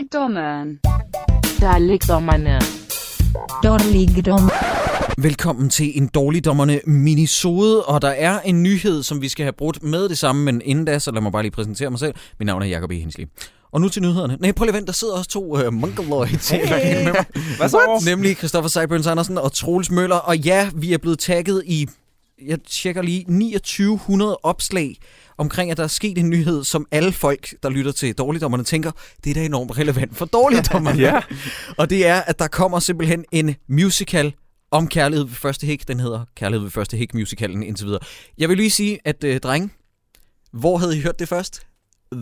Dalekdommeren. Der ligger dommerne. Velkommen til en dårligdommerne minisode, og der er en nyhed, som vi skal have brudt med det samme, men inden da, så lad mig bare lige præsentere mig selv. Mit navn er Jacob E. Hensley. Og nu til nyhederne. Nej, prøv lige at vent, der sidder også to uh, mongoloids. Hey. Hvad så? Nemlig Christoffer Seiburns Andersen og Troels Møller. Og ja, vi er blevet tagget i, jeg tjekker lige, 2900 opslag omkring, at der er sket en nyhed, som alle folk, der lytter til dårligdommerne, tænker, det er da enormt relevant for dårligdommerne. Ja. Og det er, at der kommer simpelthen en musical om Kærlighed ved første hik. Den hedder Kærlighed ved første hik musicalen indtil videre. Jeg vil lige sige, at øh, drenge, hvor havde I hørt det først?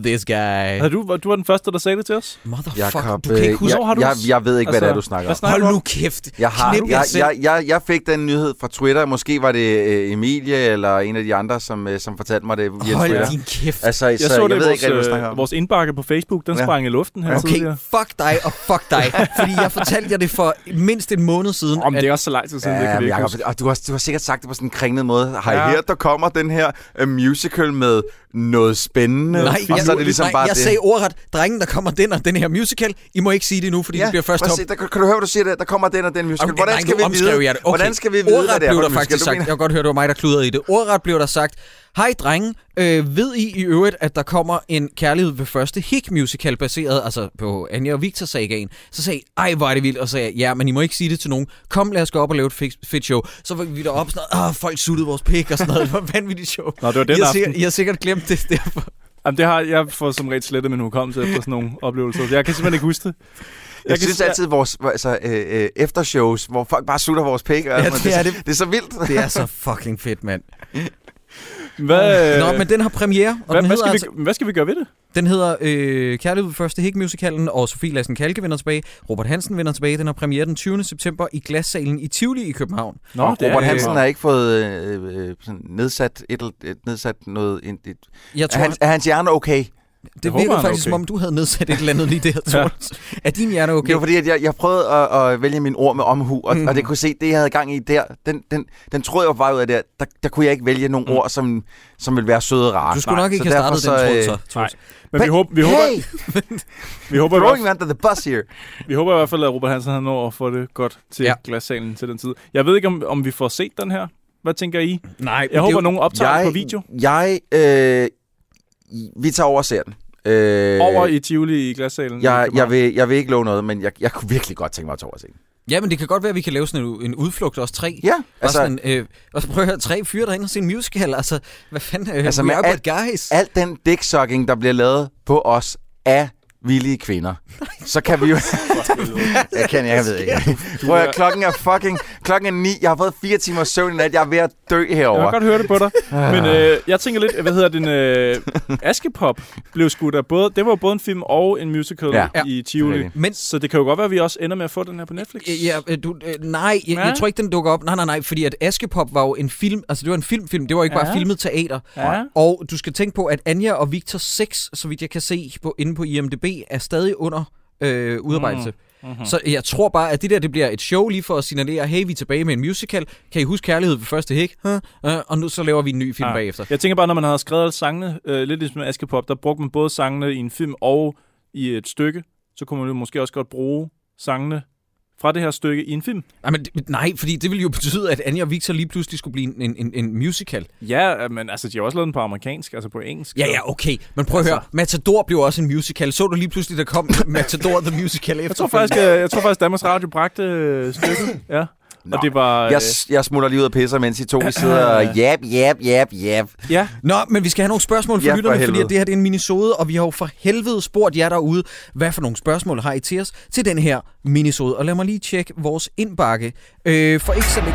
This guy. Havde du, var- du var den første, der sagde det til os? Motherfucker, Jakob, du kan ikke øh, huske... Hvornår har jeg, du- jeg, jeg ved ikke, hvad det er, Altså, du snakker hvad om. snakker Hold du om? nu kæft. Jeg, har, Knip jer jeg, selv. jeg, jeg, jeg fik den nyhed fra Twitter. Måske var det øh, Emilie eller en af de andre, som, øh, som fortalte mig det via Hold Twitter. din kæft. Altså, Jeg så så det jeg ved i vores, ikke rigtig, hvad du snakker øh, om. vores indbakke på Facebook. Den Ja. sprang i luften her Okay, tidligere. fuck dig og fuck dig. fordi jeg fortalte jer det for mindst en måned siden. Om det at- er også så lang tid siden, det Ja, kan vi men ikke Jacob, huske. og du har, du har sikkert sagt det på sådan en kringlet måde. Hej, Ja. ja. her der kommer den her uh, musical med noget spændende. Nej, og så er det ligesom nej, bare jeg det. sagde ordret, drengen, der kommer den og den her musical, I må ikke sige det nu, fordi ja, det bliver først prøv at top se, der, kan du høre, hvad du siger der? Der kommer den og den musical. Jamen, Hvordan nej, skal nu vi omskrev vide, jeg det. Okay. hvordan skal vi vide, Ordret hvad det er blev for der en musical? faktisk Du sagt. Jeg mener- kan godt høre, det var mig, der kludrede i det. Ordret blev der sagt, hej drenge, øh, ved I i øvrigt, at der kommer en kærlighed ved første hik musical baseret altså på Anja og Victor sagaen Så sagde I, ej hvor er det vildt, og sagde jeg, ja, men I må ikke sige det til nogen. Kom, lad os gå op og lave et fedt, fedt show. Så var vi deroppe sådan noget, "Åh, folk suttede vores pik og sådan noget. Det var et vanvittigt show. Nå, det var den jeg, har aften. sikkert, jeg har sikkert glemt det derfor. Jamen, det har jeg får som regel slettet min hukommelse efter sådan nogle oplevelser. Jeg kan simpelthen ikke huske det. Jeg, jeg synes altid, vores altså, øh, øh, eftershows, hvor folk bare sutter vores pik. Ja, det er det. det er så vildt. Det er så fucking fedt, mand. Hvad, øh, Nå, men den har premiere, og hvad, den hvad, hedder skal altså... vi, hvad skal vi gøre ved det? Den hedder øh, Kærlighed ved første hik musicalen og Sofie Lassen Kalke vender tilbage. Robert Hansen vender tilbage. Den har premiere den 20. september i Glassalen i Tivoli i København. Nå, Og Robert Hansen er... har ikke fået øh, øh, sådan nedsat, et, eller- et, nedsat noget. En, et, Jeg er, tror, hans, er hans hjerne okay? okay. det håber, han virker er faktisk, okay. som om du havde nedsat et eller andet lige der, Troels. ja. Er din hjerne okay? Det var fordi, at jeg, jeg prøvede at, at vælge mine ord med omhu, og, Mhm. mm. og det kunne se, det jeg havde gang i der, den, den, den troede jeg var på vej ud af der. der. Der kunne jeg ikke vælge nogle Mm. mm. ord, som, som ville være søde og rare. Du skulle nok ikke have startet den, Troels. øh, så, Troels. Men vi håber, vi, håber, hey, vi, håber, i hvert throwing me under the bus here. fald- vi håber i hvert fald, at Robert Hansen han når at få det godt til Ja. ja. glassalen til den tid. Jeg ved ikke, om, om vi får set den her. Hvad tænker I? Nej, Jeg håber, nogen optager den på video. Jeg, øh, vi tager over og ser den. Øh, Over i Tivoli i glassalen. i jeg, København. jeg, vil, jeg vil ikke love noget, men jeg, jeg kunne virkelig godt tænke mig at tage over og se den. Ja, men det kan godt være, at vi kan lave sådan en, en udflugt også tre. Ja, Altså, altså, sådan, øh, og så prøv at høre, tre fyre derinde og se en musical. Altså, hvad fanden? Øh, Altså, altså, we med are alt- but guys. al den dicksucking, der bliver lavet på os af villige kvinder, så kan vi jo... jeg kan, jeg ved ikke. Prøv at, høre, klokken er fucking... Klokken er ni. Jeg har fået fire timer søvn i nat. Jeg er ved at dø Jeg herover. kan godt høre det på dig. Men øh, jeg tænker lidt, hvad hedder den? Øh, Askepop blev skudt af både... Det var jo både en film og en musical Ja. ja. i Tivoli. Det er Men Så det kan jo godt være, at vi også ender med at få den her på Netflix. Øh, Ja, øh, du, øh, nej, jeg, Ja. jeg tror ikke, den dukker op. Nej, nej, nej, fordi at Askepop var jo en film, altså det var en filmfilm, det var ikke ja. bare Ja. filmet teater. Ja. Og du skal tænke på, at Anja og Victor 6, så vidt jeg kan se på, inde på IMDb, er stadig under øh, udarbejdelse. Mhm. Mm-hmm. Så jeg tror bare, at det der det bliver et show lige for at signalere, hey, vi er tilbage med en musical. Kan I huske Kærlighed ved første hæk? Huh? Uh, og nu så laver vi en ny film ja. bagefter. Jeg tænker bare, når man havde skrevet alle sangene, øh, lidt ligesom Askepop, der brugte man både sangene i en film og i et stykke. Så kunne man jo måske også godt bruge sangene fra det her stykke i en film. Nej, men, det- nej, fordi det ville jo betyde, at Anja og Victor lige pludselig skulle blive en, en, en, en musical. Ja, øh, men altså, de har også lavet den på amerikansk, altså på engelsk. Ja, ja, okay. Men prøv at høre, Matador blev også en musical. Så du lige pludselig, der kom Matador the Musical Jeg tror faktisk, øh, jeg tror faktisk Danmarks Radio bragte øh, stykket. Ja. Nå. Og det var... Øh, Jeg, jeg smutter lige ud og pisser, mens I to I sidder og jab, jab, jab, jab. ja, Nå, men vi skal have nogle spørgsmål fra Ja, ja, for lytterne, fordi helvede. at det her det er en minisode, og vi har jo for helvede spurgt jer derude, hvad for nogle spørgsmål har I til os til den her minisode. Og lad mig lige tjekke vores indbakke. Øh, for ikke så længe...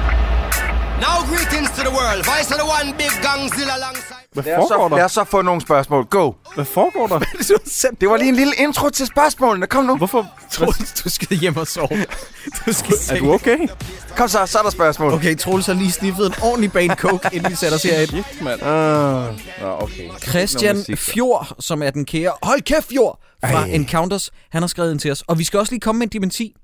Now greetings to the world. Vice of the one big gangzilla alongside. hvad Lad os, foregår så, der? lad os så få nogle spørgsmål. Go. Hvad foregår der? Det var lige en lille intro til spørgsmålene. Kom nu. Hvorfor? Troels, du skal hjem og sove. Du skal Er du okay? Kom så, så er der spørgsmål. Okay, Troels har lige sniffet en ordentlig bane coke, inden vi sætter os herind. Shit, mand. Nå, okay. Christian Noget musik, så. Fjord, som er den kære... Hold kæft, Fjord! Fra Ej. Encounters. Han har skrevet ind til os. Og vi skal også lige komme med en dementi.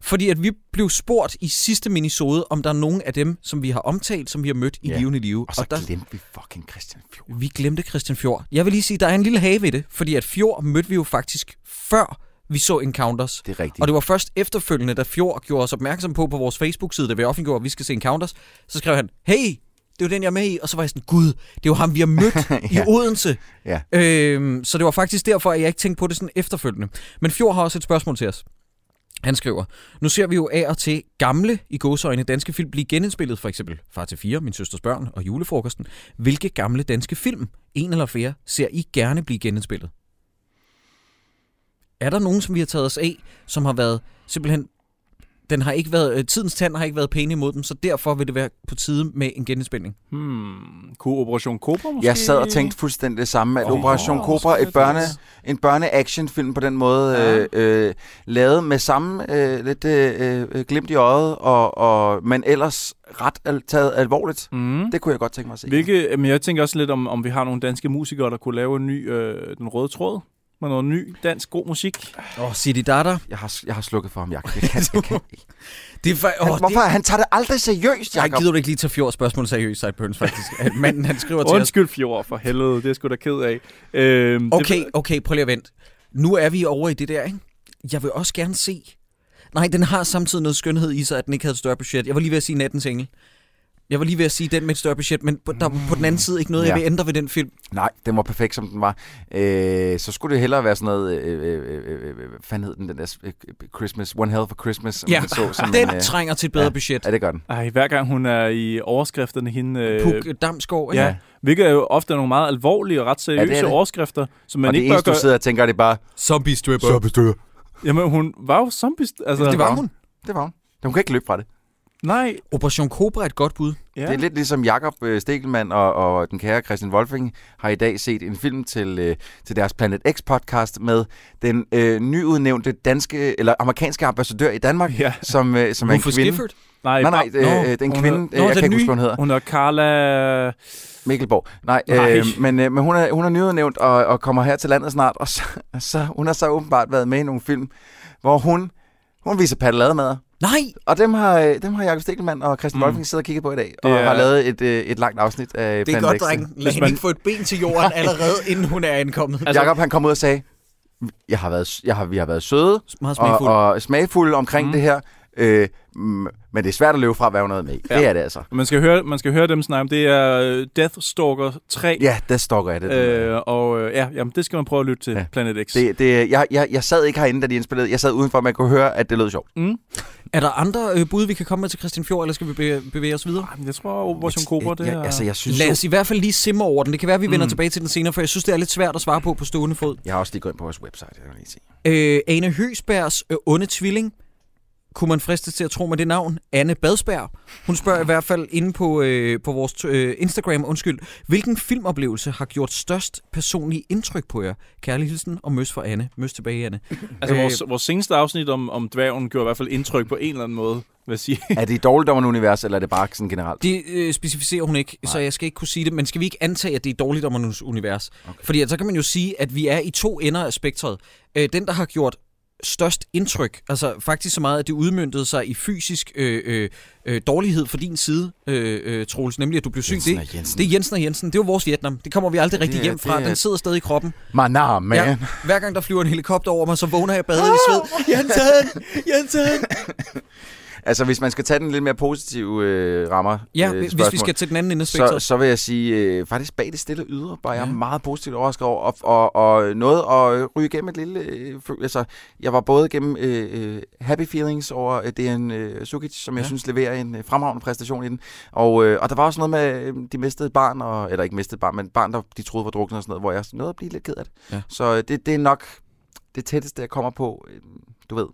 Fordi at vi blev spurgt i sidste minisode, om der er nogen af dem, som vi har omtalt, som vi har mødt i Ja. levende live. Og så der, glemte vi fucking Christian Fjord. vi glemte Christian Fjord. Jeg vil lige sige, der er en lille have ved det, fordi at Fjord mødte vi jo faktisk før vi så Encounters. Det er rigtigt. Og det var først efterfølgende, da Fjord gjorde os opmærksom på på vores Facebook-side, da vi offentliggjorde, at vi skal se Encounters, så skrev han, hey, det er jo den, jeg er med i. Og så var jeg sådan, gud, det er jo ham, vi har mødt ja. i Ja. Odense. Ja. Øhm, så det var faktisk derfor, at jeg ikke tænkte på det sådan efterfølgende. Men Fjord har også et spørgsmål til os. Han skriver, nu ser vi jo af og til gamle, i gåseøjne, danske film blive genindspillet, for eksempel Far til 4, Min Søsters Børn og Julefrokosten. Hvilke gamle danske film, en eller flere, ser I gerne blive genindspillet? Er der nogen, som vi har taget os af, som har været simpelthen... Den har ikke været, øh, tidens tand har ikke været pæne imod dem, så derfor vil det være på tide med en genindspilning. Hmm. Kunne Operation Cobra måske? Jeg sad og tænkte fuldstændig det samme, at Åh, Operation åh, Cobra, måske et børne, lidt. en børne-actionfilm på den måde, Ja. ja. øh, øh, lavet med samme øh, lidt øh, øh, glimt i øjet, og, og, men ellers ret al- taget alvorligt. Mm. Det kunne jeg godt tænke mig at se. Hvilke, men jeg tænker også lidt om, om vi har nogle danske musikere, der kunne lave en ny, øh, den røde tråd med noget ny dansk god musik. Åh, oh, City Dada. Jeg har, jeg har slukket for ham, Jacob. Jeg kan, jeg kan. Det er, fa- Han, åh, oh, hvorfor? det, Det... Han tager det aldrig seriøst, jeg Jacob. gider du ikke lige tage fjord spørgsmål seriøst, Sejt Pøns, faktisk. At Manden, han skriver til os. Undskyld, Fjord, for helvede. Det er jeg sgu da ked af. Øhm, Okay, Det, okay, prøv lige at vente. Nu er vi over i det der, ikke? Jeg vil også gerne se... Nej, den har samtidig noget skønhed i sig, at den ikke havde et større budget. Jeg var lige ved at sige Nattens Engel. Jeg var lige ved at sige den med et større budget, men på, der er på den anden side ikke noget, jeg Ja. vil ændre ved den film. Nej, den var perfekt, som den var. Øh, så skulle det hellere være sådan noget... Øh, øh, øh, øh, øh, hvad fanden hed den, den der øh, Christmas, One Hell for Christmas, som Ja, man så som Den en, øh, trænger til et bedre ja. budget. Ja, det gør den. Ej, hver gang hun er i overskrifterne, hende... Puk øh, Damsgaard, ikke? ja, hvilket er jo ofte nogle meget alvorlige og ret seriøse ja, det er det det. overskrifter, som man og det ikke bør eneste, gøre... du sidder og tænker, det er bare... Zombie stripper. Så bestyrer. Jamen, hun var jo zombie... Altså, Det var hun. Det var hun. Hun kan ikke løbe fra det. Nej, Operation Cobra er et godt bud. ja. Ja. Det er lidt ligesom Jakob øh, Stegelmann og, og den kære Christian Wolfing har i dag set en film til, øh, til deres Planet X-podcast med den øh, nyudnævnte danske, eller amerikanske ambassadør i Danmark, Ja. ja. som, øh, som er en Uffe kvinde. Skifford. Nej, Nej, nej, bare- øh, øh, den Nå, kvinde, hun øh, jeg den kan ikke nye. huske, hvad hun hedder. Hun er Carla... Mikkelborg. Nej, Nej. øh, men, øh, men hun er, hun er nyudnævnt og, og kommer her til landet snart, og så, så, hun har så åbenbart været med i nogle film, hvor hun, hun viser paddelademader. Nej! Og dem har, øh, dem har Jakob Stegelmann og Christian Mm. mm. Wolfing siddet og kigget på i dag, og Det er- har lavet et, øh, et langt afsnit af Det er godt, Planet X. dreng. Lad Hvis hende man- ikke få et ben til jorden allerede, inden hun er ankommet. Altså- Altså, Jakob han kom ud og sagde, jeg har været, jeg har, vi har været søde Meget og, smagfuld. og smagfulde omkring Mm. mm. det her, øh, mm, men det er svært at løbe fra, hvad hun er med i. Ja. Ja. Det er det altså. Man skal høre, man skal høre dem snakke om. Det er øh, Deathstalker 3. Ja, der stokker jeg det. Øh, Øh, og øh, ja, jamen, det skal man prøve at lytte til, ja. Ja. Planet X. det, det jeg, jeg, jeg sad ikke herinde, da de indspillede. Jeg sad udenfor, man kunne høre, at det lød sjovt. Mm. Er der andre øh, bud, vi kan komme med til Christian Fjord, eller skal vi bevæge, bevæge os videre? Ej, men Jeg tror, Operation Cobra, det jeg, er... Altså, jeg synes Lad jo- os i hvert fald lige simmer over den. Det kan være, at vi vender Mm. mm. tilbage til den senere, for jeg synes, det er lidt svært at svare på på stående fod. Jeg har også lige gået ind på vores website, jeg kan lige se. Øh, Ane Høsbergs øh, onde tvilling, kunne man fristes til at tro med det navn, Anne Badsberg. Hun spørger i hvert fald inde på, øh, på vores t- øh, Instagram, undskyld, hvilken filmoplevelse har gjort størst personlig indtryk på jer? Kærlig hilsen og møs for Anne. Møs tilbage, Anne. Altså, Øh, vores, vores seneste afsnit om, om dværgen gjorde i hvert fald indtryk på en eller anden måde, vil jeg sige. Er det i dårligdommerne univers, eller er det bare sådan generelt? Det øh, specificerer hun ikke, Nej. så jeg skal ikke kunne sige det, men skal vi ikke antage, at det er dårligt om vores univers? Okay. Fordi altså, så kan man jo sige, at vi er i to ender af spektret. Øh, den, der har gjort størst indtryk, altså faktisk så meget, at det udmyndtede sig i fysisk øh, øh, øh, dårlighed fra din side, øh, øh, Troels, nemlig at du blev syg. Jensen det, og Jensen. det er Jensen og Jensen. Det er jo vores Vietnam. Det kommer vi aldrig rigtig er- hjem fra. det er- Den sidder stadig i kroppen. My nah, man. Ja, Ja. hver gang der flyver en helikopter over mig, så vågner jeg badet i sved. Jensen! Jensen! Altså, hvis man skal tage den lidt mere positive øh, rammer. Ja, øh, hvis vi spørgsmål. skal til den anden ende af så, spektret. så vil jeg sige, øh, faktisk bag det stille ydre, var jeg ja. meget positivt overrasket over, og, og, og noget at ryge igennem et lille... Øh, fø- altså, jeg var både gennem øh, øh, happy feelings over øh, DN øh, Sukic, som jeg Ja. synes leverer en øh, fremragende præstation i den, og, øh, og der var også noget med, øh, de mistede et barn, og, eller ikke mistede et barn, men et barn, der de troede var druknet og sådan noget, hvor jeg nåede at blive lidt ked af det. Ja. Så øh, det, det er nok det tætteste, jeg kommer på, øh, du ved.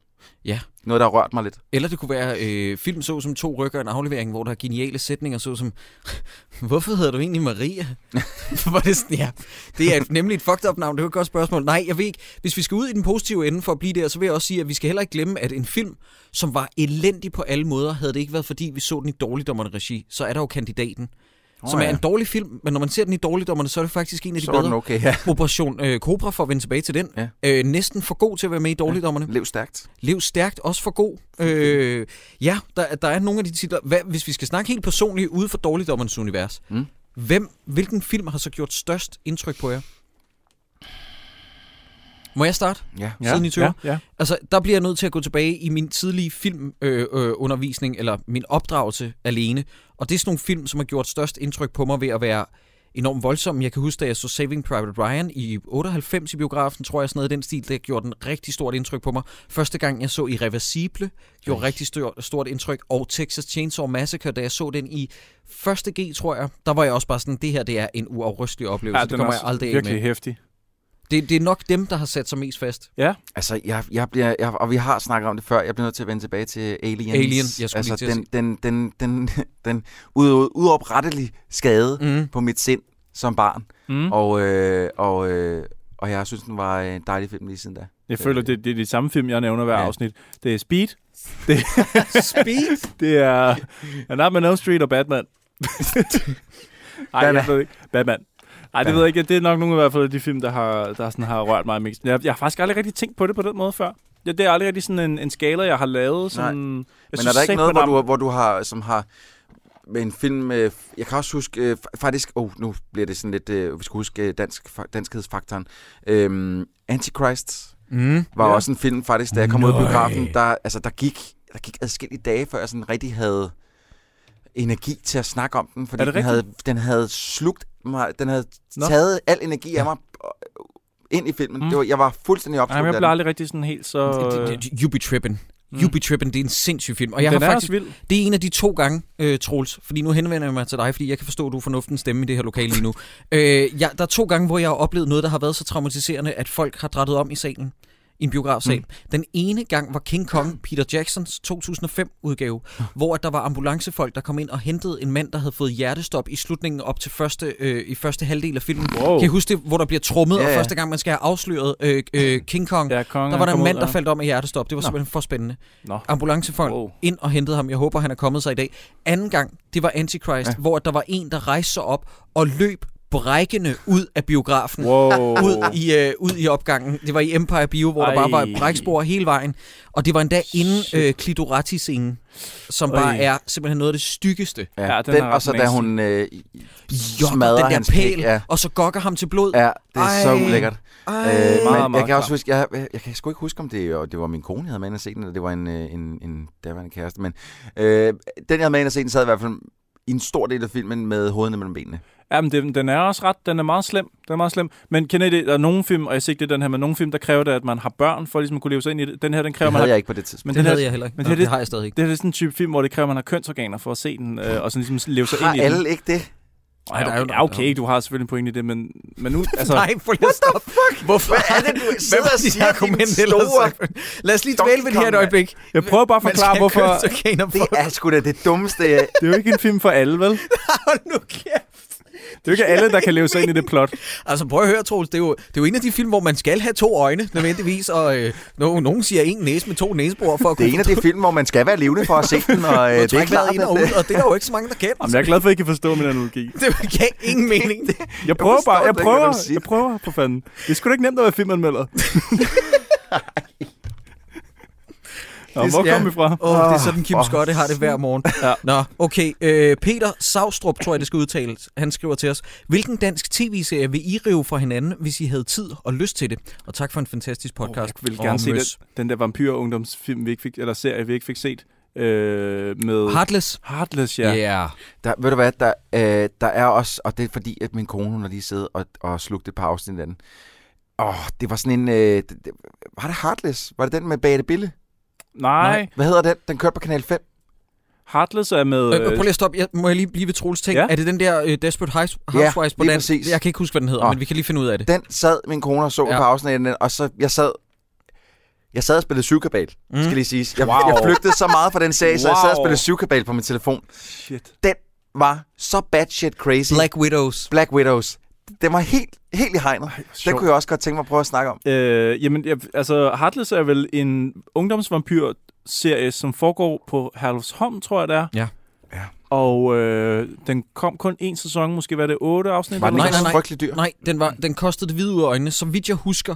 Ja. Noget, der har rørt mig lidt. Eller det kunne være øh, film så som To rykker og en aflevering, hvor der er geniale sætninger så som Hvorfor hedder du egentlig Maria? Hvor det, sådan, ja, det er et, nemlig et fucked up navn, det er jo et godt spørgsmål. Nej, jeg ved ikke. Hvis vi skal ud i den positive ende for at blive der, så vil jeg også sige, at vi skal heller ikke glemme, at en film, som var elendig på alle måder, havde det ikke været fordi, vi så den i dårligdommerne regi, så er der jo Kandidaten, oh, som er ja. en dårlig film, men når man ser den i dårligdommerne, så er det faktisk en af de Så var den bedre. okay, ja. Operation øh, Cobra, for at vende tilbage til den, ja. Ja. øh, næsten for god til at være med i dårligdommerne. Lev stærkt. Lev stærkt, også for god. Øh, ja, der, der er nogle af de titler. Hvad, hvis vi skal snakke helt personligt ude for dårligdommernes univers. Mm. Mm. Hvem, hvilken film har så gjort størst indtryk på jer? Må jeg starte? Ja. Ja. Siden i 20'erne? Ja, ja. Altså, der bliver jeg nødt til at gå tilbage i min tidlige filmundervisning, øh, undervisning, eller min opdragelse alene. Og det er sådan nogle film, som har gjort størst indtryk på mig ved at være enormt voldsom. Jeg kan huske, da jeg så Saving Private Ryan i 98 i biografen, tror jeg sådan noget i den stil, det gjorde den rigtig stort indtryk på mig. Første gang, jeg så Irreversible, gjorde rigtig stort, stort indtryk, og Texas Chainsaw Massacre, da jeg så den i første G, tror jeg, der var jeg også bare sådan, det her det er en uafrystelig oplevelse, ja, ja det den kommer er jeg aldrig af virkelig med. hæftig. Det, det er nok dem, der har sat sig mest fast. Altså, jeg, jeg bliver, jeg, og vi har snakket om det før, jeg bliver nødt til at vende tilbage til Aliens. Alien, jeg skulle altså, lige til at den, den, den, den, den ud, uoprettelige skade Mm. på mit sind som barn. Mm. Og, øh, og, øh, og jeg synes, den var en dejlig film lige siden da. Jeg føler, det, det er de samme film, jeg nævner hver øh, Ja. ja. afsnit. Det er Speed, det, Speed! det er A Nightmare on Elm Street og Batman. Nej, Batman. jeg ved ikke. Batman. Ej, det ved jeg ikke. Det er nok nogle i hvert fald af de film, der har, der sådan har rørt mig mest. Jeg, jeg har faktisk aldrig rigtig tænkt på det på den måde før. Ja, det er aldrig rigtig sådan en, en skala, jeg har lavet. Sådan, Nej. Jeg Men er der ikke noget, hvor satme, du, hvor du har, som har med en film, øh, jeg kan også huske, øh, fa- faktisk, oh, nu bliver det sådan lidt, øh, vi skal huske øh, dansk, fa- danskhedsfaktoren, øhm, Antichrist Mm. var Ja. ja. også en film, faktisk, da jeg kom ud af Nøj. biografen, der, altså, der gik, der gik adskillige dage, før jeg sådan rigtig havde energi til at snakke om den, fordi Er det den havde, den havde slugt mig, den havde Nå. Nå. taget al energi af mig øh, ind i filmen. Mm. Mm. Det var, jeg var fuldstændig Nej, men opslugt jeg af blev den. aldrig rigtig sådan helt så... øh, Mm. You be trippin'. You be trippin', det er en sindssyg film. Og jeg den har er faktisk, også vild. det er en af de to gange, øh, Troels, fordi nu henvender jeg mig til dig, fordi jeg kan forstå, at du er fornuftens stemme i det her lokale lige nu. øh, jeg, der er to gange, hvor jeg har oplevet noget, der har været så traumatiserende, at folk har drættet om i salen. I en biografsal. Mm. Den ene gang var King Kong, Peter Jacksons 2005-udgave, hvor at der var ambulancefolk, der kom ind og hentede en mand, der havde fået hjertestop i slutningen op til første, øh, i første halvdel af filmen. Wow. Kan I huske det, hvor der bliver trummet, Ja, og ja. første gang, man skal have afsløret øh, øh, King Kong, Ja, kongen, der var der en han kom mand, ud, der ja. faldt om af hjertestop. Det var simpelthen for spændende. Nå. Ambulancefolk wow. Wow. ind og hentede ham. Jeg håber, han er kommet sig i dag. Anden gang, det var Antichrist, ja. hvor der var en, der rejste sig op og løb brækkende ud af biografen. Wow. Wow. Ud, i, øh, ud i opgangen. Det var i Empire Bio, hvor Ej. der bare var Ej. et brækspor hele vejen. Og det var endda inden øh, Clitorati-scenen, som bare Ej. er simpelthen noget af det styggeste. Ja, Ja, ja, den den, er den ret og så da nasty. hun øh, i- Jokker smadrer den der hans pæl. pæl, Ja. og så gokker ham til blod. Ja, det er Ej. så Ej. ulækkert. Øh, Ej. men meget jeg kan også klam. huske, jeg, jeg, jeg kan sgu ikke huske, om det, og det var min kone, jeg havde med ind og se den, eller det var en, øh, en, en daværende kæreste, men øh, den, jeg havde med ind og se den, sad i hvert fald i en stor del af filmen med hovederne mellem benene. Ja, men den, den er også ret, den er meget slem, den er meget slem. Men kender I det, der er nogle film, og jeg siger ikke det er den her, men nogle film, der kræver det, at man har børn, for ligesom at kunne leve sig ind i det. Den her, den kræver, Det man havde har... jeg ikke på det tidspunkt. Men det den havde her, jeg heller ikke. men Men det er det, lidt- det har jeg stadig ikke. det her er sådan en type film, hvor det kræver, at man har kønsorganer for at se den, øh, og sådan ligesom leve sig Har ind i den. alle ikke det? Ej, der er jo- okay, ja, okay, du har selvfølgelig en pointe i det, men, men nu, altså, Nej, for lige stop. Hvorfor Hvad er det, du sidder var og dit siger, argument din ellers? store- Lad os lige Donkey dvæle ved det her et Kong, øjeblik. jeg prøver bare at forklare, hvorfor... Det er sgu da det dummeste. øh, jeg- Det er jo ikke en film for alle, vel? Det Hold nu kæft. er jo ikke alle, der kan leve sig ind i det plot. Altså prøv at høre, Troels, det er, jo, det er jo en af de film, hvor man skal have to øjne, nødvendigvis, og øh, no, nogen siger en næse med to næsebor for at Det er en af de film, hvor man skal være levende for at se den, og øh, det er klart, ind og at, øh, ud, og det er der jo ikke så mange, der kan. Jamen, jeg er glad for, at I kan forstå min analogi. Det giver ingen mening. Det. Jeg prøver forstår bare, jeg det ikke, hvad prøver, du siger. jeg prøver, for fanden. Det er sgu da ikke nemt at være filmanmelder. Nå, Det hvor skal- kom vi fra? Åh, oh, det er sådan, Kim for Scott har det hver morgen. Ja. Nå, okay. Øh, Peter Savstrup, tror jeg, det skal udtales. Han skriver til os, hvilken dansk tv-serie vil I rive fra hinanden, hvis I havde tid og lyst til det? Og tak for en fantastisk podcast. Jeg vil Og gerne se møs. den, den der vampyr-ungdomsfilm, vi ikke fik, eller serie, vi ikke fik set. Øh, med Heartless. Heartless, ja. Yeah. Yeah. Der, ved du hvad, der, øh, der er også, og det er fordi, at min kone, hun har lige siddet og, og slugt et par afsnit af den. Åh, det var sådan en, øh, det, det, var det Heartless? Var det den med Bate Bille? Nej, Nej, Hvad hedder den? Den kørte på Kanal 5. Heartless er med... Øh, prøv lige Øh, at stoppe. Jeg, må jeg lige blive ved Troels ting? Ja. Ja. Er det den der øh, Desperate Hous- Housewives på lige dansk? præcis. Jeg kan ikke huske, hvad den hedder, Nå. men vi kan lige finde ud af det. Den sad min kone og så ja. Ja. et par afsnit af den, og så jeg sad, jeg sad og spillede syvkabal, mm. skal lige siges. Jeg, wow. jeg flygtede så meget fra den serie, wow. så jeg sad og Wow. spillede syvkabal på min telefon. shit. Den var så bad shit crazy. Black Widows. Black Widows. Den var helt, helt i hegnet. Den sjovt. kunne jeg også godt tænke mig at prøve at snakke om. Øh, jamen, jeg, altså, Heartless er vel en ungdomsvampyr-serie, som foregår på Herlufsholm, tror jeg, det er. Ja. Ja. Og øh, den kom kun en sæson, måske var det otte afsnit. Var den eller ikke Nej, sådan også nej, nej. frygtelig dyr? Nej, den, var, den kostede det hvide ud af øjnene. Så vidt jeg husker,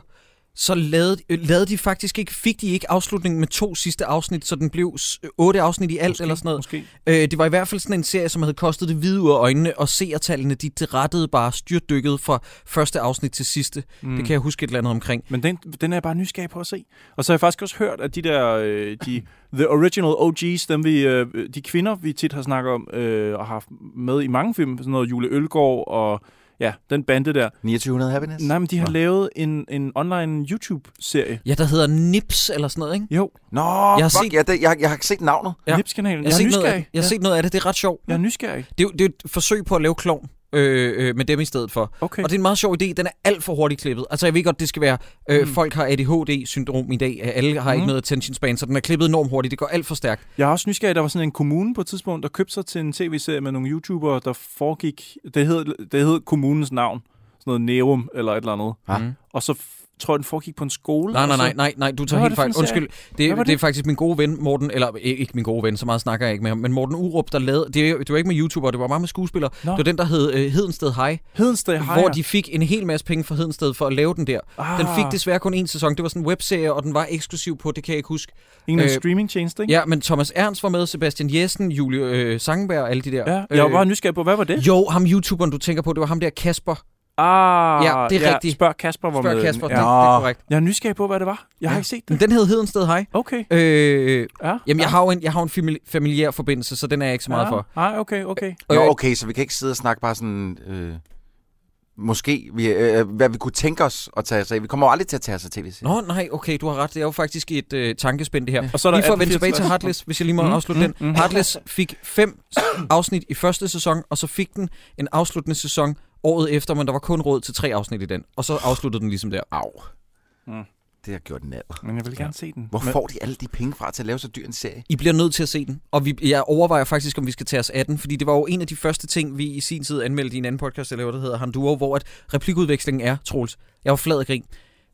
så lavede, øh, lavede de faktisk ikke, fik de ikke afslutningen med to sidste afsnit, så den blev s- øh, otte afsnit i alt Måske, eller sådan noget. Måske. Øh, det var i hvert fald sådan en serie, som havde kostet det hvide ud af øjnene, og seertallene, de rettede bare styrtdykket fra første afsnit til sidste. Mm. Det kan jeg huske et eller andet omkring. Men den, den er jeg bare nysgerrig på at se. Og så har jeg faktisk også hørt, at de der, øh, de, the original OG's, dem vi, øh, de kvinder, vi tit har snakket om, øh, og har haft med i mange film, sådan noget Jule Ølgaard og ja, den bande der. 2900 happiness? Nej, men de har Nå. lavet en, en online YouTube-serie. Ja, der hedder Nips eller sådan noget, ikke? Jo, Nå, Jeg jeg har fuck, set- set... jeg, det, jeg, jeg har set navnet. Ja. ja. Nipskanalen. Jeg Jeg, har, set jeg er noget, af nysgerrig. det. jeg har set noget af det, det er ret sjovt. Jeg er nysgerrig. Det er, jo- det er jo et forsøg på at lave klovn øh, øh, med dem i stedet for. Okay. Og det er en meget sjov idé. Den er alt for hurtigt klippet. Altså, jeg ved godt, det skal være... Øh, mm. Folk har ADHD-syndrom i dag. Alle har mm. ikke Mhm. noget attention span, så den er klippet enormt hurtigt. Det går alt for stærkt. Jeg er også nysgerrig, der var sådan en kommune på et tidspunkt, der købte sig til en tv-serie med nogle YouTubere, der foregik, det hed, det hed kommunens navn, sådan noget Nerum eller et eller andet. Ah. Mm. Og så f- tror jeg, den foregik på en skole. Nej, nej, og så- nej, nej, nej, du tager Altså, Hvad var helt det for fejl. en serie? Undskyld. Det, Hvad var det? det er det? faktisk min gode ven, Morten, eller øh, ikke min gode ven, så meget snakker jeg ikke med ham, men Morten Urup, der lavede, det, er- det var ikke med YouTuber, det var meget med skuespillere. Nå. Det var den, der hed øh, Hedensted High, Hedensted Hajer. hvor de fik en hel masse penge fra Hedensted for at lave den der. ah, Den fik desværre kun en sæson. Det var sådan en webserie, og den var eksklusiv på, det kan jeg ikke huske. En øh, øh, streamingtjeneste, ikke? Ja, men Thomas Ernst var med, Sebastian Jessen, Julie øh, Sangenberg og alle de der. Øh, ja. Jeg var bare nysgerrig på, hvad var det? Jo, ham YouTuberen, du tænker på, det var ham der Kasper. Ah, Ja, det er rigtigt. Spørg Kasper, hvor Spørg med Kasper, ja. det, Ja. det er korrekt. Jeg er nysgerrig på, hvad det var. Jeg har ikke set Men det. den hed Hedensted High. Okay. Øh, Ja. jamen, jeg har jo en, jeg har jo en famili- familiær forbindelse, så den er jeg ikke så meget ja. for. Nej, okay, okay. Nå, Øh, okay, så vi kan ikke sidde og snakke bare sådan... Øh, måske, vi, øh, hvad vi kunne tænke os at tage os af. Vi kommer jo aldrig til at tage os af tv-serier. Nå, nej, okay, du har ret. Det er jo faktisk et øh, tankespind, det her. Og så er der Lige for at vende 1864. tilbage til Heartless, hvis jeg lige må Mm, afslutte mm, den. mm. Heartless fik fem s- afsnit i første sæson, og så fik den en afsluttende sæson året efter, men der var kun råd til tre afsnit i den. Og så afsluttede den ligesom der. Au. Mm. Det har gjort en alder. Men jeg vil gerne se den. Hvor Men- får de alle de penge fra til at lave så dyr en serie? I bliver nødt til at se den, og vi, jeg overvejer faktisk, om vi skal tage os af den, fordi det var jo en af de første ting, vi i sin tid anmeldte i en anden podcast, jeg laver, der hedder Handuo, hvor at replikudvekslingen er, Troels, jeg var flad af grin.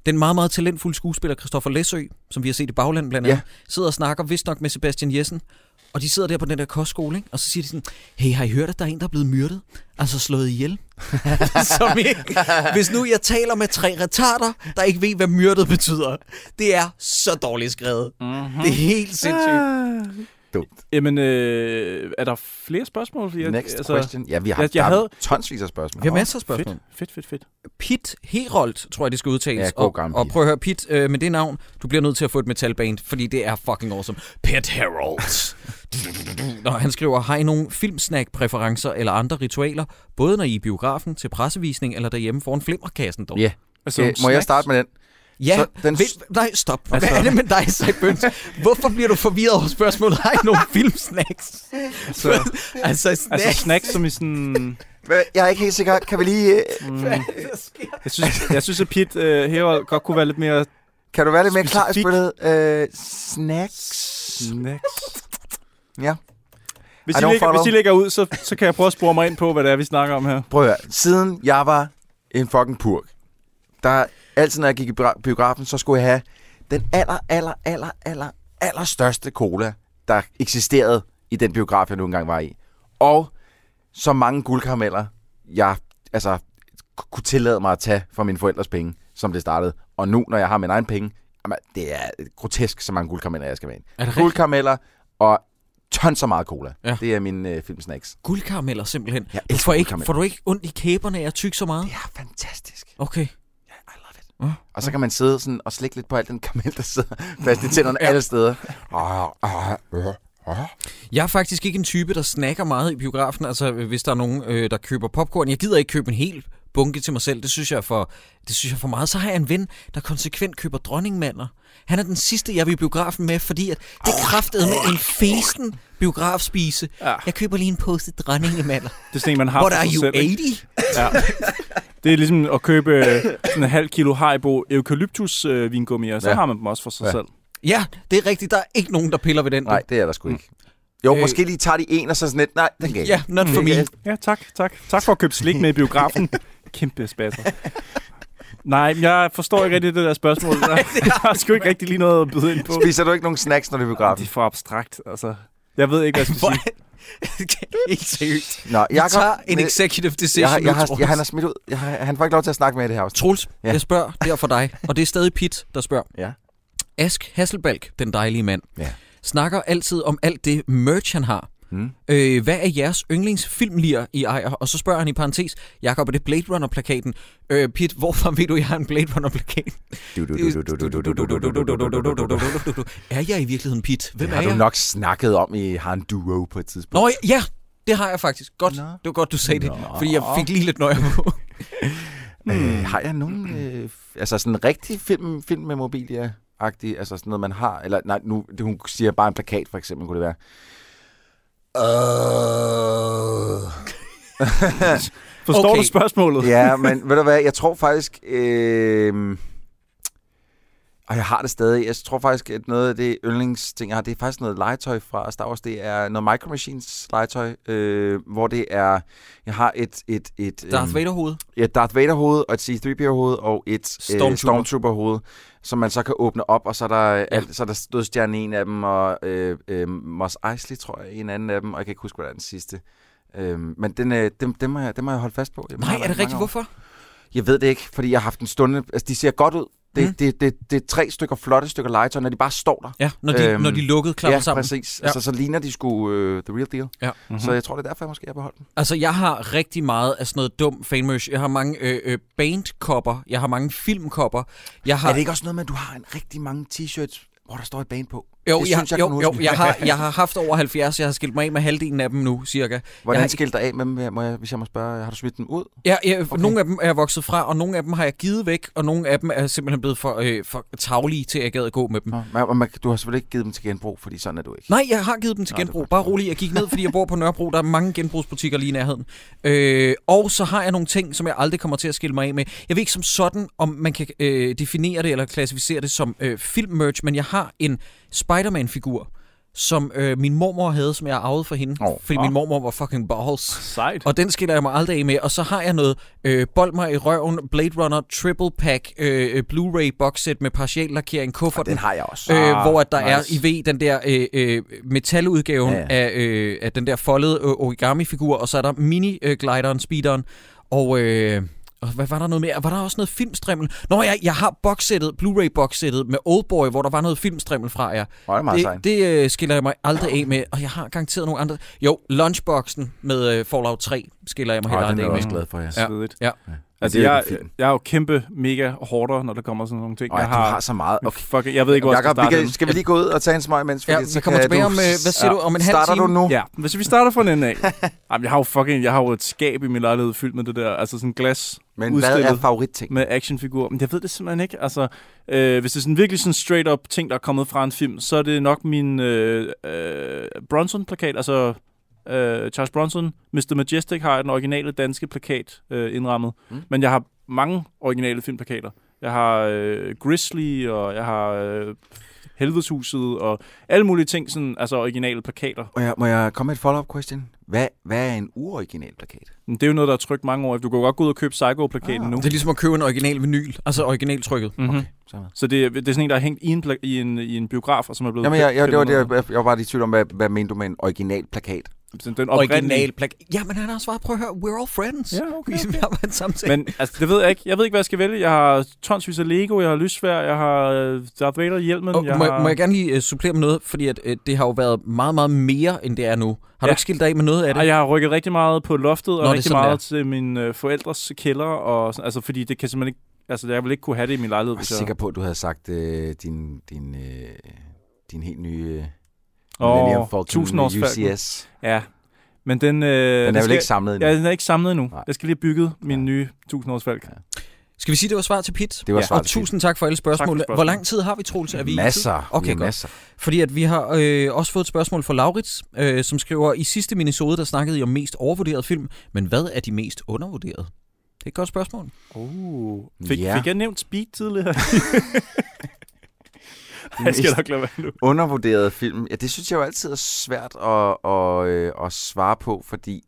Den meget, meget talentfulde skuespiller Christoffer Læsø, som vi har set i Bagland blandt andet, Ja. ja. sidder og snakker vist nok med Sebastian Jessen, og de sidder der på den der kostskole, ikke? og så siger de sådan, hey, har I hørt, at der er en, der er blevet myrdet? Altså slået ihjel? som ikke. Hvis nu jeg taler med tre retarder, der ikke ved, hvad myrdet betyder. Det er så dårligt skrevet. Mm-hmm. Det er helt sindssygt. Ah. Dumt. Jamen, øh, er der flere spørgsmål? Fordi jeg- Next altså, question. Ja, vi har, jeg- jeg der er havde- tonsvis af spørgsmål. Vi har masser af spørgsmål. Fedt, fedt, fedt, fedt. Pit Herold, tror jeg, det skal udtales. Ja, god og, gammel og pige. prøv at høre, Pit, øh, med det navn, du bliver nødt til at få et metalband, fordi det er fucking awesome. Pit Herold. Når han skriver, har I nogle filmsnack-præferencer eller andre ritualer, både når I er i biografen, til pressevisning eller derhjemme foran flimmerkassen dog? Ja. Altså, Okay, må jeg snacks? starte med den? Ja, Så den... den- Vil, nej, stop. Altså... Hvad er det med dig, Sæbøns? Hvorfor bliver du forvirret over spørgsmålet? Har I nogle filmsnacks? Altså, altså, snacks. altså snacks, som i sådan... Hvad? Jeg er ikke helt sikker. Kan vi lige... øh, Jeg synes, jeg synes at Pete øh, Herold godt kunne være lidt mere Kan du være lidt mere klar i Specifik. spillet? Øh, snacks. snacks. Ja. Hvis I I, don't lægger, follow. hvis I lægger ud, så, så kan jeg prøve at spore mig ind på, hvad det er, vi snakker om her. Prøv at høre. Siden jeg var en fucking purk, der altid, når jeg gik i biogra- biografen, så skulle jeg have den aller, aller, aller, aller, aller største cola, der eksisterede i den biograf, jeg nu engang var i. Og så mange guldkarameller, jeg altså, ku- kunne tillade mig at tage for mine forældres penge, som det startede. Og nu, når jeg har min egen penge, jamen, det er grotesk, så mange guldkarameller, jeg skal med ind. Er det rigtigt? Guldkarameller og tons af meget cola. Ja. Ja. Det er min øh, filmsnacks. Guldkarameller simpelthen. Jeg Du elsker får, ikke, guldkarameller. får du ikke ondt i kæberne af at tykke så meget? Det er fantastisk. Okay. I love it. Ja. Og så kan man sidde sådan og slikke lidt på al den karamel, der sidder fast i tænderne alle steder. Ah, ah, ah, ah. Jeg er faktisk ikke en type, der snakker meget i biografen. Altså, hvis der er nogen, øh, der køber popcorn. Jeg gider ikke købe en hel bunke til mig selv. Det synes jeg er for, det synes jeg er for meget. Så har jeg en ven, der konsekvent køber dronningmander. Han er den sidste, jeg vil i biografen med, fordi at det kraftede med en festen biografspise. Ja. Ja. Jeg køber lige en pose dronningemander. Det er sådan en, man har What for are sig you, selv, ikke? 80? Ja. Det er ligesom at købe øh, sådan en halv kilo Haribo eukalyptus øh, vingummier. Så Ja. ja. har man dem også for sig Ja. ja. selv. Ja, det er rigtigt. Der er ikke nogen, der piller ved den. Nej, det er der sgu ikke. Jo, Øh. øh. måske lige tager de en, og så sådan lidt, nej, den kan jeg Ja, ikke. not for Den kan jeg me. ikke. Ja, tak, tak. Tak for at købe slik med i biografen. Kæmpe spasser. Nej, men jeg forstår ikke rigtig det der spørgsmål. Jeg har sgu ikke rigtig lige noget at byde ind på. Spiser du ikke nogen snacks, når du er i Det biografen? er for abstrakt, altså. Jeg ved ikke, hvad jeg skal sige. Helt seriøst. Nå, Jeg Jacob, tager en men- executive decision jeg, har, jeg, nu, har, Troels. jeg, han er smidt ud. Jeg har, han får ikke lov til at snakke med i det her afsnit. Troels, Ja. ja. jeg spørger derfor dig, og det er stadig Pit, der spørger. Ja. Ask Hasselbalg, den dejlige mand, Ja. snakker altid om alt det merch, han har. Hmm. Øh, hvad er jeres yndlingsfilmlier, I ejer? Og så spørger han i parentes, Jakob, er det Blade Runner-plakaten? Øh, Pit, hvorfor ved du, jeg har en Blade Runner-plakat? Er jeg i virkeligheden Pit? Hvem Det er har du jeg? nok snakket om, I har en duo på et tidspunkt. Nå, ja, det har jeg faktisk. Godt, Nå. det var godt, du sagde det, fordi jeg fik lige lidt nøje på. Øh, har jeg nogen... Øh, f- altså sådan en rigtig film, film med mobilia agtig altså sådan noget, man har... Eller nej, nu, det, hun siger bare en plakat, for eksempel, kunne det være. Øh. Forstår Okay. du spørgsmålet? Ja, men ved du hvad, jeg tror faktisk... Øh, og jeg har det stadig. Jeg tror faktisk, at noget af det yndlingsting, jeg har, det er faktisk noget legetøj fra Star Wars. Det er noget Micro Machines legetøj, øh, hvor det er... Jeg har et... et, et Darth øhm, Vader-hoved. Ja, Darth Vader hoved og et C-3PO hoved og et Stormtrooper. Stormtrooper. Øh, Stormtrooper hoved, som man så kan åbne op, og så er der, ja. alt, så er der stødstjerne i en af dem, og øh, øh, Mos Eisley, tror jeg, i en anden af dem, og jeg kan ikke huske, hvad der er den sidste. Øh, men den, øh, dem, dem, har jeg, dem har jeg holdt fast på. Dem har Nej, jeg er det i mange rigtigt? år. Hvorfor? Jeg ved det ikke, fordi jeg har haft en stunde. Altså, de ser godt ud. Det, Mm. mm. det, det, det er tre stykker flotte stykker legetøj, når de bare står der. Ja, når de, Øhm, når de lukkede klapper ja, sammen. præcis. Ja. Altså, så ligner de sgu øh, the real deal. Ja. Mhm. Mm-hmm. Så jeg tror, det er derfor, jeg måske har beholdt den. Altså, jeg har rigtig meget af sådan noget dum fanmerch. Jeg har mange øh, øh, bandkopper, jeg har mange filmkopper. Jeg har, Er det ikke også noget med, at du har en rigtig mange t-shirts, hvor der står et band på? jo, det jeg, synes jeg kan jo, huske. jo, jeg, har, jeg har haft over 70, jeg har skilt mig af med halvdelen af dem nu, cirka. jeg har, Hvordan skilte dig af med dem, må jeg, hvis jeg må spørge? Har du smidt dem ud? Ja, ja Okay. okay. nogle af dem er jeg vokset fra, og nogle af dem har jeg givet væk, og nogle af dem er simpelthen blevet for, øh, for taglige til, at jeg gad at gå med dem. Nå, men- men man- du har selvfølgelig ikke givet dem til genbrug, fordi sådan er du ikke. Nej, jeg har givet dem til Nå, det er genbrug. godt. Bare rolig, jeg gik ned, fordi jeg bor på Nørrebro. Der er mange genbrugsbutikker lige i nærheden. Øh, og så har jeg nogle ting, som jeg aldrig kommer til at skille mig af med. Jeg ved ikke som sådan, om man kan øh, definere det eller klassificere det som øh, filmmerch, men jeg har en Spider-Man-figur, som øh, min mormor havde, som jeg arvede fra hende. Åh, Oh, fordi nå. min mormor var fucking balls. Sejt. Og den skiller jeg mig aldrig af med. Og så har jeg noget øh, Bold mig i røven, Blade Runner, Triple Pack, øh, øh, Blu-ray boxset med partiel lakering, Og kufferten. den har jeg også. Øh, Ah, hvor at der nice. nice. er i V den der øh, øh, metaludgaven Ja, ja. ja. af, øh, af den der foldede øh, origami-figur, og så er der mini-glideren, speederen, og, øh, og hvad var der noget mere? Var der også noget filmstrimmel? Nå ja, jeg har boxsættet, Blu-ray-boxsættet med Oldboy, hvor der var noget filmstrimmel fra jer. Hvor er det meget sejt. Det, det øh, skiller jeg mig aldrig af med, og jeg har garanteret nogle andre. Jo, Lunchboxen med øh, Fallout 3 skiller jeg mig heller Åh, den er aldrig jeg af med. også glad for, ja. Ja. Svedigt. Ja. Altså, det er jo jeg, en film. jeg er jo kæmpe mega hårder, når der kommer sådan nogle ting. Og jeg du har så meget. Okay. Okay. Fuck, jeg ved ikke, hvor jeg skal Jakob, vi starte. kan, henne. skal vi lige gå ud og tage en smøg, mens Ja, fordi vi kommer kan tilbage om, øh, hvad siger du, om en halv Starter time? du nu? Ja, hvis vi starter fra den ende af. Jamen, jeg har jo fucking, jeg har jo et skab i min lejlighed fyldt med det der, altså sådan glas Men udstillet hvad er favoritting? med actionfigurer. Men jeg ved det simpelthen ikke. Altså, øh, hvis det er sådan virkelig sådan straight up ting, der er kommet fra en film, så er det nok min øh, øh, Bronson-plakat, altså øh, Charles Bronson, Mr. Majestic har den originale danske plakat øh, indrammet. Mm. Mm. Men jeg har mange originale filmplakater. Jeg har øh, Grizzly, og jeg har øh, Helvedeshuset, og alle mulige ting, sådan, altså originale plakater. Må jeg, må jeg komme med et follow-up question? Hvad, hvad er en uoriginal plakat? Men det er jo noget, der er trygt mange år efter. Du kan jo godt gå ud og købe Psycho-plakaten Ah. nu. Det er ligesom at købe en original vinyl, altså originaltrykket. Mm-hmm. Okay. Så er det. Så det, er- det er sådan en, der er hængt i en, pla- i en, i en biograf, og som er blevet... Jamen, jeg, jeg, det var det, pillet jeg, jeg var bare i tvivl om, hvad, hvad mente du med en original plakat? ned. Sådan Den Original oprindelige. plak. Ja, men han har svaret, prøv at høre, we're all friends. Ja, okay. Vi har en samtale. Men altså, det ved jeg ikke. Jeg ved ikke, hvad jeg skal vælge. Jeg har tonsvis af Lego, jeg har lysvær, jeg har øh, Darth Vader i hjelmen. Og jeg må, har... jeg- må jeg gerne lige øh, supplere med noget, fordi at, øh, det har jo været meget, meget mere, end det er nu. Har Ja. du ikke skilt dig af med noget af det? Ej, jeg har rykket rigtig meget på loftet, og det er rigtig sådan, det er. meget til mine øh, forældres kælder, og, sådan- altså, fordi det kan simpelthen ikke... Altså, jeg vil ikke kunne have det i min lejlighed, Jeg er hvis jeg... sikker på, at du havde sagt øh, din, din, øh, din helt nye... Øh, Millennium Åh, Falcon tusindårsfalken. UCS. Ja. Men den... Øh, Den er vel skal... ikke samlet endnu? Ja, den er ikke samlet endnu. Nej. Jeg skal lige have bygget min Ja. nye tusindårsfalk. Ja. Skal vi sige, det var svar til Pit? Det var Ja. svaret og til tusind tak for alle spørgsmål. spørgsmålene. Hvor lang tid har vi, Troels? Er vi i tid? Masser. Okay, Vi er godt. masser. Fordi at vi har øh, også fået et spørgsmål fra Laurits, øh, som skriver, i sidste minisode, der snakkede I om mest overvurderede film, men hvad er de mest undervurderede? Det er et godt spørgsmål. Oh. Fik, Ja. yeah. fik jeg nævnt Speed tidligere? Ej, jeg skal nok lade være nu. Undervurderet film. Ja, det synes jeg jo altid er svært at, at, øh, at svare på, fordi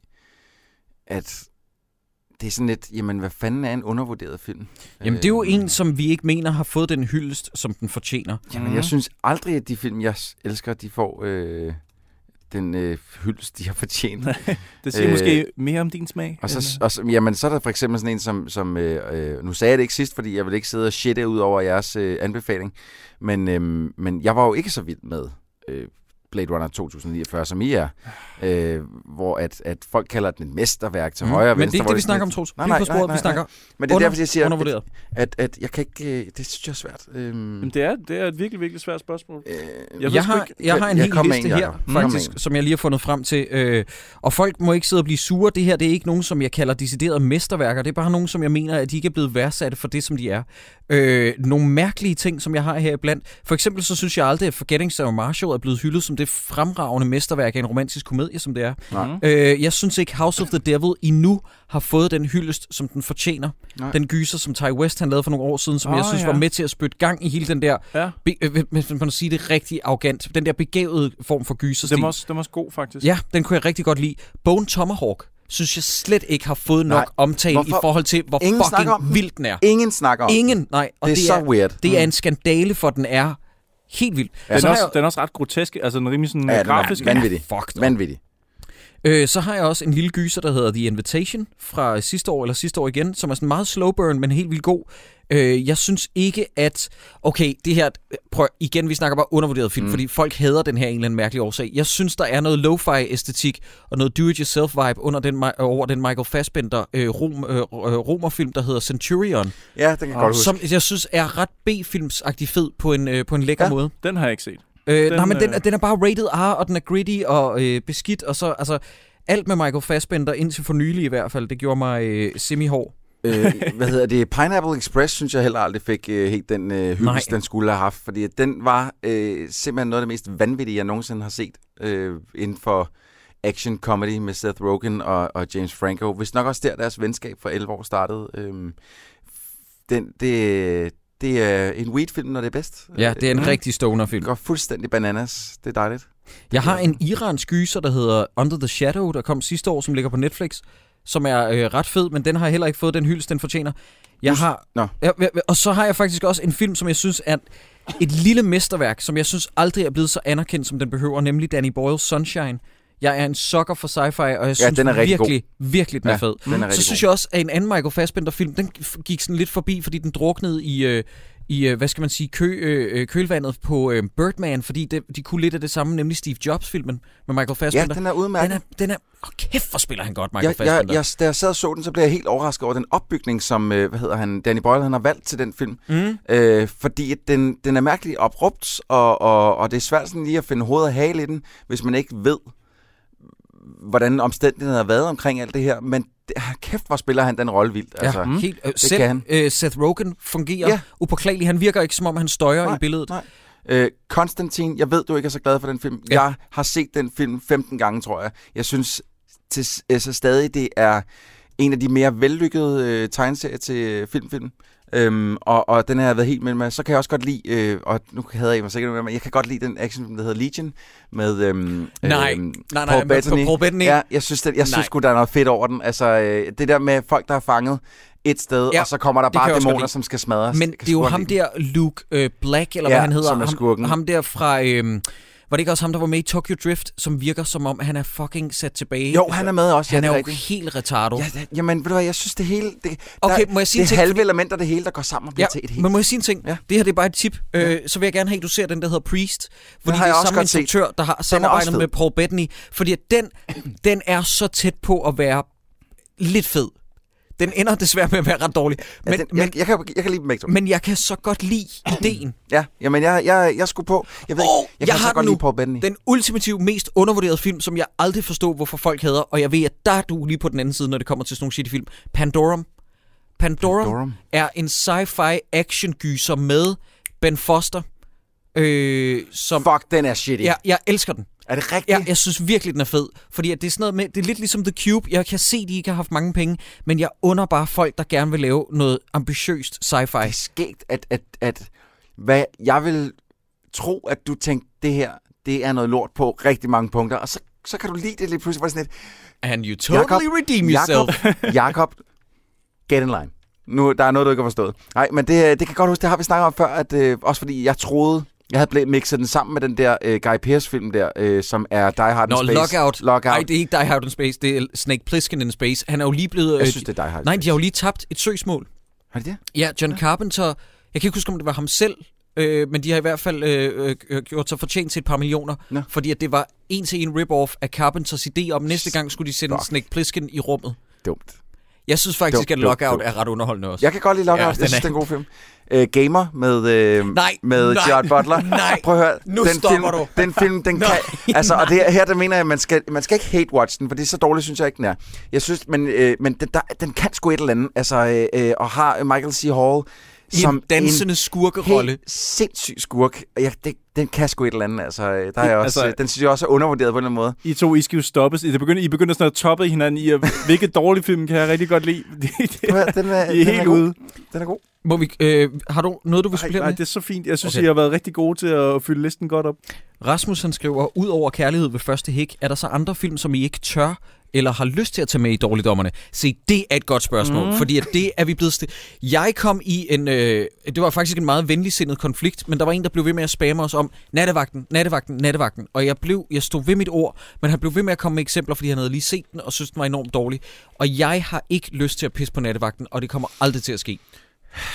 at det er sådan lidt, jamen hvad fanden er en undervurderet film? Jamen, det er jo Øh, en, som vi ikke mener har fået den hyldest, som den fortjener. Jamen, jeg synes aldrig, at de film, jeg s- elsker, de får øh, den øh, hyldest, de har fortjent. Det siger Øh, øh, måske mere om din smag. Og så, end- og så, jamen, så er der for eksempel sådan en, som... som øh, øh, nu sagde jeg det ikke sidst, fordi jeg vil ikke sidde og shitte ud over jeres øh, anbefaling. Men, øh, men jeg var jo ikke så vild med øh, Blade Runner 2049, som I er. Øh, hvor at, at folk kalder den et mesterværk til mm. højre og Mhm. Men det venstre. er ikke hvor det, vi sådan snakker om, lidt- Troels. Nej, Vi er nej, på nej, sporet, nej, vi snakker Men det er under- derfor, jeg siger, at, undervurderet. at, at jeg kan ikke... Øh, det synes jeg er svært. Øhm, Jamen, det, er, det er et virkelig, virkelig svært spørgsmål. øh, Jeg ved Jeg sgu har, ikke. jeg har en Jeg hel kom med liste en, her, Jacob. Jeg kom med faktisk, en. som jeg lige har fundet frem til. Øh, og folk må ikke sidde og blive sure. Det her det er ikke nogen, som jeg kalder deciderede mesterværker. Det er bare nogen, som jeg mener, at de ikke er blevet værdsatte for det, som de er. Øh, nogle mærkelige ting, som jeg har her blandt. For eksempel så synes jeg aldrig, at Forgetting Sarah Marshall er blevet hyldet som det fremragende mesterværk af en romantisk komedie, som det er. Nej. Øh, jeg synes ikke, House of the Devil endnu har fået den hyldest, som den fortjener. Nej. Nej. Den gyser, som Ty West han lavede for nogle år siden, som Åh, oh, jeg synes ja. ja. var med til at spytte gang i hele den der Ja, Be, øh, hvis man må sige det rigtig arrogant. Den der begavede form for gyserstil. Altså, den var, også, den var også god, faktisk. Ja, den kunne jeg rigtig godt lide. Bone Tomahawk synes jeg slet ikke har fået nok Nej. omtale Hvorfor? i forhold til, hvor Ingen fucking snakker om den. vild den er. Ingen snakker om den. Ingen, nej. Og Det er så weird. Mm. Det er en skandale, for den er helt vild. Ja, Den, er også, den er også ret grotesk, altså den er rimelig sådan Ja, den ja, er grafisk. vanvittig. Fuck no. Vanvittigt. Øh, så har jeg også en lille gyser, der hedder The Invitation fra sidste år, eller sidste år igen, som er sådan meget slow burn, men helt vildt god. Øh, jeg synes ikke, at... Okay, det her... Prøv, igen, vi snakker bare undervurderet film, mm. fordi folk hader den her af en eller anden mærkelig årsag. Jeg synes, der er noget lo-fi-æstetik og noget do-it-yourself-vibe under den, mi- over den Michael Fassbender øh, rom, øh, øh, romerfilm, der hedder Centurion, Ja, den kan jeg godt huske. som jeg synes er ret B-filmsagtig fed på en, øh, på en lækker Ja. ja. måde. Den har jeg ikke set. Øh, Den, nej, men den, øh, er- den er bare rated R, og den er gritty og øh, beskidt, og så, altså, alt med Michael Fassbender, indtil for nylig i hvert fald, det gjorde mig øh, semi-hård. øh, hvad hedder det, Pineapple Express, synes jeg heller aldrig fik øh, helt den øh, hyldest, Nej. den skulle have haft, fordi den var øh, simpelthen noget af det mest vanvittige, jeg nogensinde har set øh, inden for action comedy med Seth Rogen og, og James Franco. Hvis nok også der, deres venskab for 11 år startede. Øh, den, det, det er en weed-film, når det er bedst. Ja, det er en Øh, rigtig stoner-film. Går fuldstændig bananas. Det er dejligt. Jeg har en iransk gyser, der hedder Under the Shadow, der kom sidste år, som ligger på Netflix, som er øh, ret fed, men den har heller ikke fået den hyldest, den fortjener. Jeg har, Nå. ja, ja, og så har jeg faktisk også en film, som jeg synes er et lille mesterværk, som jeg synes aldrig er blevet så anerkendt, som den behøver, nemlig Danny Boyles Sunshine. Jeg er en sucker for sci-fi, og jeg ja, synes den er rigtig god. virkelig, virkelig, den er Ja, fed. den er rigtig så god. synes jeg også, at en anden Michael Fassbender-film, den f- gik sådan lidt forbi, fordi den druknede i, øh, i øh, hvad skal man sige, kø, øh, øh, kølvandet på øh, Birdman, fordi det, de kunne lidt af det samme, nemlig Steve Jobs-filmen med Michael Ja, Fassbender. den er udmærket. den er... Den er oh, kæft, hvor spiller han godt, Michael jeg, jeg, Fassbender. jeg, da jeg sad og så den, så blev jeg helt overrasket over den opbygning, som øh, hvad hedder han, Danny Boyle han har valgt til den film. Mm. Øh, fordi at den, den er mærkeligt oprupt, og, og, og det er svært sådan lige at finde hovedet og hale i den, hvis man ikke ved, hvordan omstændighederne har været omkring alt det her. Men det, ah, kæft, hvor spiller han den rolle vildt. Ja, altså, helt, øh, selv, Mm. kan han. Øh, Seth Rogen fungerer Ja. ja. upåklageligt. Han virker ikke, som om han støjer Nej, i billedet. Nej. Øh, Konstantin, jeg ved, du ikke er så glad for den film. Ja. Ja. Jeg har set den film 15 gange, tror jeg. Jeg synes til, altså, stadig, det er en af de mere vellykkede øh, tegneserier til øh, filmfilm. Øhm, og, og den har jeg været helt med med. Så kan jeg også godt lide, øh, og nu hader jeg mig sikkert nu, men jeg kan godt lide den actionfilm, der hedder Legion, med øhm, Nej, øhm, nej, nej, Paul med- Bettany. Paul Bettany. Ja, jeg synes, det, jeg synes Nej. sgu, der er noget fedt over den. Altså, øh, det der med folk, der er fanget et sted, Ja, og så kommer der det kan jeg bare også godt dæmoner, lide. som skal smadres. Men altså, Jeg kan det er jo sgu godt ham lide den. der, Luke øh, Black, eller Ja, hvad han hedder. som er skurken. ham, ham der fra... Øh, var det ikke også ham, der var med i Tokyo Drift, som virker som om, han er fucking sat tilbage? Jo, han er med også. ja, altså, Han det er jo rigtigt. helt retardo. Ja, da- jamen, ved du hvad, jeg synes det hele... Det, Okay, der, må jeg sige en det er ting, halve fordi- elementer, det hele, der går sammen og bliver ja, til et helt. men må jeg sige en ting? Ja. Ja. Det her det er bare et tip. Øh, så vil jeg gerne have, at du ser den, der hedder Priest. Fordi har det jeg er også samme godt set. instruktør, der har samarbejdet fed. med Paul Bettany. Fordi at den, den er så tæt på at være lidt fed. Den ender desværre med at være ret dårlig. Men, men, ja, den, men, jeg, jeg, kan, jeg kan lide dem begge to. men jeg kan så godt lide ideen. ja, jamen, jeg, jeg, jeg skulle på. Jeg ved Åh, ikke, jeg, jeg kan har så den godt nu. lide Paul Bettany. Den ultimative, mest undervurderede film, som jeg aldrig forstod, hvorfor folk hader. Og jeg ved, at der er du lige på den anden side, når det kommer til sådan nogle shitty film. Pandorum. Pandorum, Pandorum. Pandorum. er en sci-fi action-gyser med Ben Foster. Øh, som, Fuck, den er shitty. jeg, jeg elsker den. Er det rigtigt? Jeg, jeg synes virkelig, den er fed. Fordi at det er sådan noget med, det er lidt ligesom The Cube. Jeg kan se, de ikke har haft mange penge, men jeg under bare folk, der gerne vil lave noget ambitiøst Det er sci-fi. skægt, at, at, at hvad jeg vil tro, at du tænkte, det her, det er noget lort på rigtig mange punkter, og så, så kan du lide det lige pludselig. Hvor det er sådan lidt, And you totally redeem yourself. Jakob, Jakob, get in line. Nu, der er noget, du ikke har forstået. Nej, men det, øh, det kan jeg godt huske, det har vi snakket om før, at, øh, også fordi jeg troede, Jeg havde blæ- mixet den sammen med den der øh, Guy Pearce-film der, øh, som er Die Hard in Nå, Space. Lockout. Lockout. Nej, det er ikke Die Hard in Space, det er Snake Plissken in Space. Han er jo lige blevet... øh, Jeg synes, det er Die Hard in Nej, de Space. har jo lige tabt et søgsmål. Har de det? Ja, John Carpenter, jeg kan ikke huske, om det var ham selv, øh, men de har i hvert fald øh, øh, øh, gjort sig fortjent til et par millioner, Nå. fordi at det var en til en rip-off af Carpenters idé om, næste gang skulle de sende Fuck. Snake Plissken i rummet. Dumt. Jeg synes faktisk, Dumt, at dumt, Lockout dumt. er ret underholdende også. Jeg kan godt lide Lockout. Ja, Ja, den jeg synes, er- det er en god film. Øh, Gamer med, øh, Nej, med nej, Gerard Butler. nej. Prøv at høre. Nu den stopper film, du. Den film, den Nej, kan... Altså, og det, her der mener jeg, at man skal, man skal ikke hate-watch den, for det er så dårligt, synes jeg ikke, den er. Jeg synes, men, øh, men den, der, den kan sgu et eller andet. Altså, øh, øh, og har Michael C. Hall I som en dansende en skurkerolle. helt sindssyg skurk. Og Jeg, det, den kan sgu et eller andet. Altså, øh, der er jeg også, Altså- altså, den synes jeg også er undervurderet på en eller anden måde. I to, I skal jo stoppes. I det begynder, I begynder sådan at toppe hinanden i, at, hvilke dårlige film kan jeg rigtig godt lide. Det, det, Prøv at høre, Den er, I er den er helt god. ude. Den er god. Må vi, øh, har du noget, du vil Ej, supplere nej, med? det er så fint. Jeg synes, Okay. okay. I har været rigtig gode til at fylde listen godt op. Rasmus han skriver, ud over kærlighed ved første hik, er der så andre film, som I ikke tør eller har lyst til at tage med i Dårligdommerne? Se, det er et godt spørgsmål, mm. fordi at det er vi blevet... St- jeg kom i en... Øh, det var faktisk en meget venligsindet konflikt, men der var en, der blev ved med at spamme os om nattevagten, nattevagten, nattevagten, og jeg, blev, jeg stod ved mit ord, men han blev ved med at komme med eksempler, fordi han havde lige set den og synes, den var enormt dårlig, og jeg har ikke lyst til at pisse på nattevagten, og det kommer aldrig til at ske.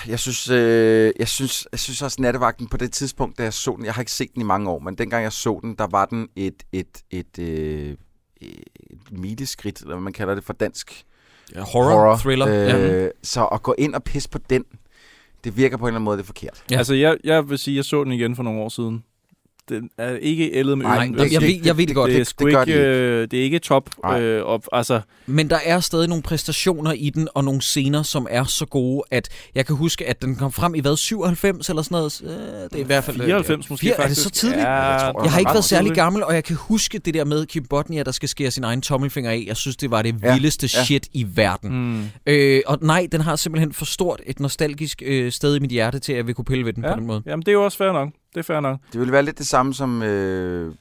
Jeg synes, øh, jeg, synes, jeg synes også, nattevagten på det tidspunkt, da jeg så den, jeg har ikke set den i mange år, men dengang jeg så den, der var den et, et, et, øh, et mileskridt, eller hvad man kalder det for dansk Horror, thriller. Øh, ja. Øh, Så at gå ind og pisse på den, det virker på en eller anden måde, det er forkert. Ja. Ja. Altså, jeg, jeg vil sige, jeg så den igen for nogle år siden. Den er ikke ældet med Nej, øjnene. det- Altså, jeg, ved, jeg ved det godt. det, er det- sgu det gør ikke, øh, det er ikke top. Nej. Øh, og, altså, Men der er stadig nogle præstationer i den, og nogle scener, som er så gode, at jeg kan huske, at den kom frem i hvad, 97 eller sådan noget? Øh, Det er i hvert fald... 94 måske Fire- er det faktisk. så tidligt? Ja, Jeg tror, Jeg har ikke Ret været særlig tidligt. gammel, og jeg kan huske det der med Kim Bodnia, der skal skære sin egen tommelfinger af. Jeg synes, det var det Ja, vildeste ja. shit i verden. Mm. Øh, og nej, den har simpelthen for stort et nostalgisk øh, sted i mit hjerte til, at jeg vil kunne pille ved den Ja. på den måde. Mm. Jamen, det er jo også fair nok. Det er fair nok. Det ville være lidt det samme som, øh,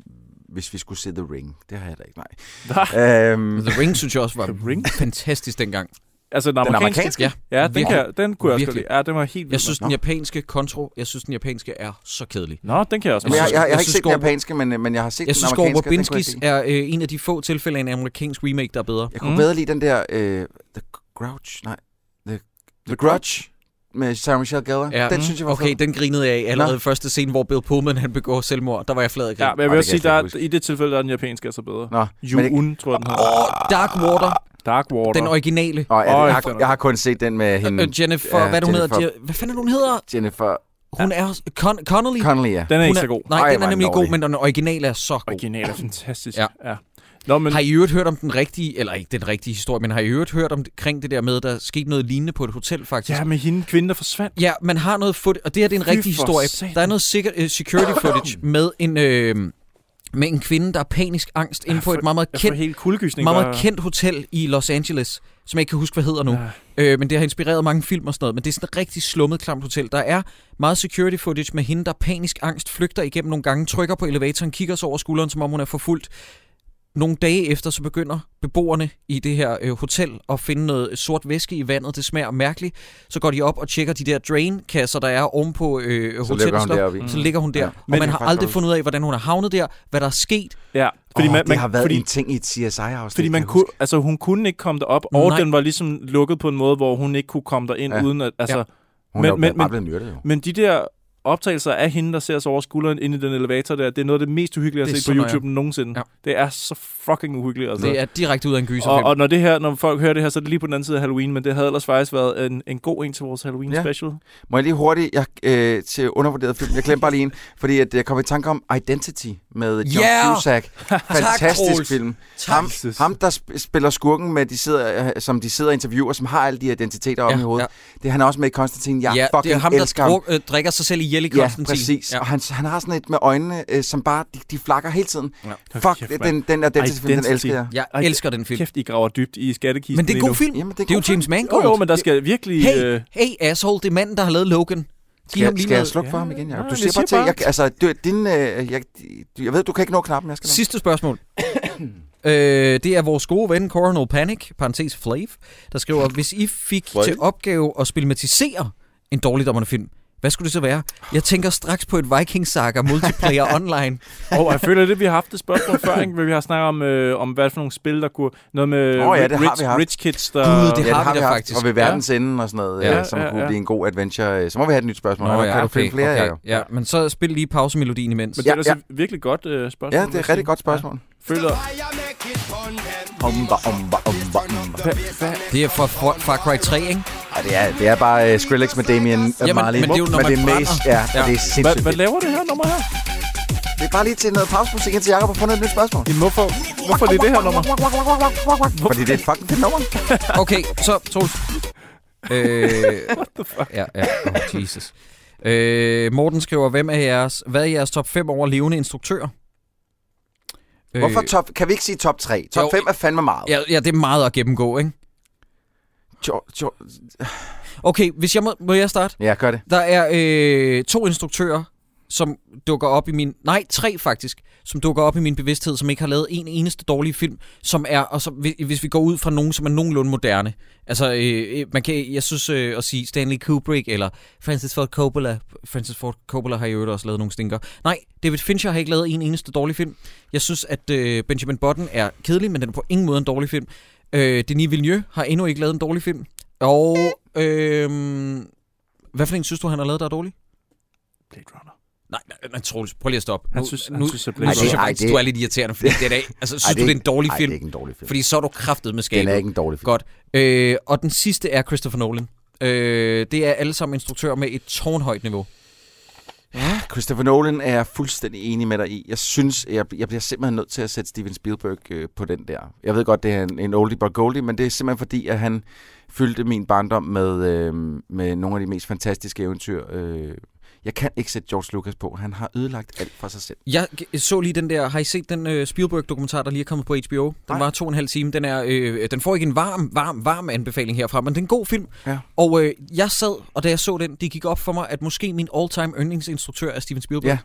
hvis vi skulle se The Ring. Det har jeg da ikke, nej. Nej. øhm, The Ring synes jeg også var The Ring? fantastisk dengang. Altså, den den amerikanske. amerikanske? Ja, Ja, den, Virkelig. kan, den kunne jeg også Virkelig. godt lide. Ja, den var helt vild. jeg synes, den mand. japanske kontro, jeg synes, den japanske er så kedelig. Nå, den kan jeg også Men jeg, jeg, meget jeg, jeg jeg har ikke synes, set den Skorp- japanske, men, øh, men jeg har set Jeg den synes, Gore amerikanske. og den kunne jeg ikke Verbinskis lide. er øh, en af de få tilfælde af en amerikansk remake, der er bedre. Jeg kunne Mm. mm. bedre lide den der øh, The Grouch, nej, The, The Grudge med Sarah Michelle Gellar. Ja. Den Mm. synes jeg var Okay, fed. den grinede jeg af allerede i første scene, hvor Bill Pullman han begår selvmord. Der var jeg flad af grin. Ja, men jeg Ej, vil det også kan sige, jeg slet at ikke i det tilfælde der er den japanske altså bedre. Nå, men det- Jun, tror jeg, den hedder. Og Dark Water, Dark Water. den originale. Og jeg, Øj, jeg, for- har, jeg har kun set den med hende, Øh, Jennifer, Ja, hvad er det, hun Jennifer. hedder? Je- Hvad fanden er det, hun hedder? Jennifer Hun er også- Con- Connolly. Connelly. Ja. Den er Hun ikke så god. Nej, Ej, den hvor er er nemlig den god, dårlig. men den originale er så god. Original er fantastisk. Ja. ja. Nå, men Har I i øvrigt hørt om den rigtige, eller ikke den rigtige historie, men har I i øvrigt hørt om det- kring det der med, der skete noget lignende på et hotel faktisk? Ja, med hende kvinde, der forsvandt. Ja, man har noget footage, og det her det er en Fy rigtig for historie. satan. Der er noget sikker, uh, security footage med en, øh, med en kvinde, der er panisk angst inde Jeg på får- et meget, meget Jeg kendt får helt kuldegysning. meget, bare- meget kendt hotel i Los Angeles, som jeg ikke kan huske, hvad hedder nu. Ja. Øh, men det har inspireret mange film og sådan noget. Men det er sådan et rigtig slummet, klamt hotel. Der er meget security footage med hende, der panisk angst flygter igennem nogle gange, trykker på elevatoren, kigger sig over skulderen, som om hun er forfulgt. Nogle dage efter, så begynder beboerne i det her øh, hotel at finde noget sort væske i vandet. Det smager mærkeligt. Så går de op og tjekker de der drain-kasser, der er ovenpå øh, Så ligger hun hotellet. deroppe i. Så ligger hun der. Ja. Ja. Og Men man det er har faktisk aldrig godt. fundet ud af, hvordan hun er havnet der, hvad der er sket. Ja, Fordi oh, man, det man- har været fordi, en ting i et CSI-afsnit. fordi man kunne, altså, hun kunne ikke komme derop, og Nej. den var ligesom lukket på en måde, hvor hun ikke kunne komme derind, Ja. ja. uden at... Altså, Ja. ja. men- Hun men, er jo men- men, bare men- blevet myrdet, jo. Men de der optagelser af hende, der ser sig over skulderen inde i den elevator der, det er noget af det mest uhyggelige, jeg Det har er set på så nøjeren. YouTube nogensinde. Ja. Ja. Det er så fucking uhyggeligt, altså. Det er direkte ud af en gyserfilm. og, og når det her, når folk hører det her, så er det lige på den anden side af Halloween, men det havde ellers faktisk været en, en god en til vores Halloween Ja. ja. special. Må jeg lige hurtigt jeg, øh, til undervurderet film? Jeg glemte bare lige en, fordi at jeg kom i tanke om Identity med John Yeah! Cusack. Fantastisk Troels. film. Tak. Ham, ham, der sp- spiller skurken, med, de sidder, øh, som de sidder og interviewer, som har alle de identiteter oppe Ja, i hovedet. Ja. Det er han også med i Konstantin. Jeg ja, fucking det er ham, elsker der ham. druk, øh, drikker sig selv ihjel i Ja, Konstantin. præcis. Ja. Ja. Og han, han har sådan et med øjnene, øh, som bare, de, de flakker hele tiden. Ja. Fuck, kæft, mand. kæft, den, den identity-film, den Identity. elsker jeg. Jeg Ej, elsker den film. Kæft, I graver dybt i skattekisten Men det er en god lige film. Jamen, det er det er jo god James nu. Mangold. Jo, jo, men der skal virkelig... Hey, øh, hey asshole, det er manden, der har lavet Logan. Giv ham Skal, lige skal jeg noget. slukke for Ja, ham igen, nej, Jacob? Du jeg siger bare til. siger bare- Jeg, altså, du, din, øh, jeg, jeg ved, du kan ikke nå knappen, jeg skal nå. Sidste spørgsmål. Øh, det er vores gode ven, Coronal Panic, parentes Flav, der skriver, hvis I fik til opgave at spilmatisere en dårligdommerne film, Hvad skulle det så være? Jeg tænker straks på et Viking Saga multiplayer online. Og jeg føler lidt, vi har haft det spørgsmål før, ikke? Hvor vi har snakket om, øh, om hvad for nogle spil, der kunne... Noget med Åh, ja, ri- det har rich, vi haft. rich kids, der... Gud, det Ja, det har har vi vi da haft. faktisk. Og ved verdens ende og sådan noget, Ja, ja, som ja, kunne ja. blive en god adventure. øh. Så må vi have et nyt spørgsmål. Nå, ja, kan du finde flere, okay. Jacob? Ja, men så spil lige pausemelodien imens. Men det er da Ja, så virkelig godt øh, spørgsmål. Ja, det er et rigtig godt spørgsmål. Føler, Umba, umba, umba, umba. Det er fra Far- Far Cry 3, ikke? Ja, det er, det er bare øh, Skrillex med Damien og Jamen, Marley. men det er jo, når det man Maze. brænder. Ja, Ja. ja, det er hvad, sindssygt. hvad laver det her nummer her? Det er bare lige til noget pausemusik indtil Jacob har fundet et nyt spørgsmål. Jamen, hvorfor, hvorfor er det det her nummer? Fordi det er et fucking fedt nummer. Okay, så Troels. øh, What the fuck? Ja, ja. Oh, Jesus. Øh, Morten skriver, hvem er jeres, hvad er jeres top 5 over levende instruktører? Øh, Hvorfor top, kan vi ikke sige top 3? Jo. Top 5 er fandme meget. Ja, ja, det er meget at gennemgå, ikke? Jo, jo, Okay, hvis jeg må, må jeg starte? ja, gør det. Der er øh, to instruktører, som dukker op i min... Nej, tre faktisk, som dukker op i min bevidsthed, som ikke har lavet en eneste dårlig film, som er... Og som, hvi- hvis vi går ud fra nogen, som er nogenlunde moderne. Altså, øh, øh, man kan, jeg synes øh, at sige Stanley Kubrick eller Francis Ford Coppola. Francis Ford Coppola har jo også lavet nogle stinker. Nej, David Fincher har ikke lavet en eneste dårlig film. Jeg synes, at øh, Benjamin Button er kedelig, men den er på ingen måde en dårlig film. Øh, Denis Villeneuve har endnu ikke lavet en dårlig film. Og... Øh, hvad for en synes du, han har lavet, der er dårlig? Blade Runner. Nej, nej, nej Troels, prøv lige at stoppe. Han Nu- synes, nu, han synes, at Blade nu Ej, Runner... synes jeg ej, faktisk, det- du er lidt irriterende, fordi det er da... Altså, synes du, det er en dårlig ej, film? det er ikke en dårlig film. Fordi så er du kraftet med Den skabet. er ikke en dårlig film. Godt. Øh, og den sidste er Christopher Nolan. Øh, det er alle sammen instruktører med et tårnhøjt niveau. Ja, Christopher Nolan er jeg fuldstændig enig med dig i. Jeg synes, jeg, jeg bliver simpelthen nødt til at sætte Steven Spielberg øh, på den der. Jeg ved godt, det er en, en oldie but goldie, men det er simpelthen fordi, at han fyldte min barndom med, øh, med nogle af de mest fantastiske eventyr. Øh, jeg kan ikke sætte George Lucas på. Han har ødelagt alt for sig selv. Jeg g- så lige den der... Har I set den øh, Spielberg-dokumentar, der lige er kommet på HBO? Den Nej. var to og en halv time. Den, er, øh, den får ikke en varm, varm, varm anbefaling herfra, men det er en god film. Ja. Og øh, jeg sad, og da jeg så den, det gik op for mig, at måske min all-time yndlingsinstruktør er Steven Spielberg. Ja.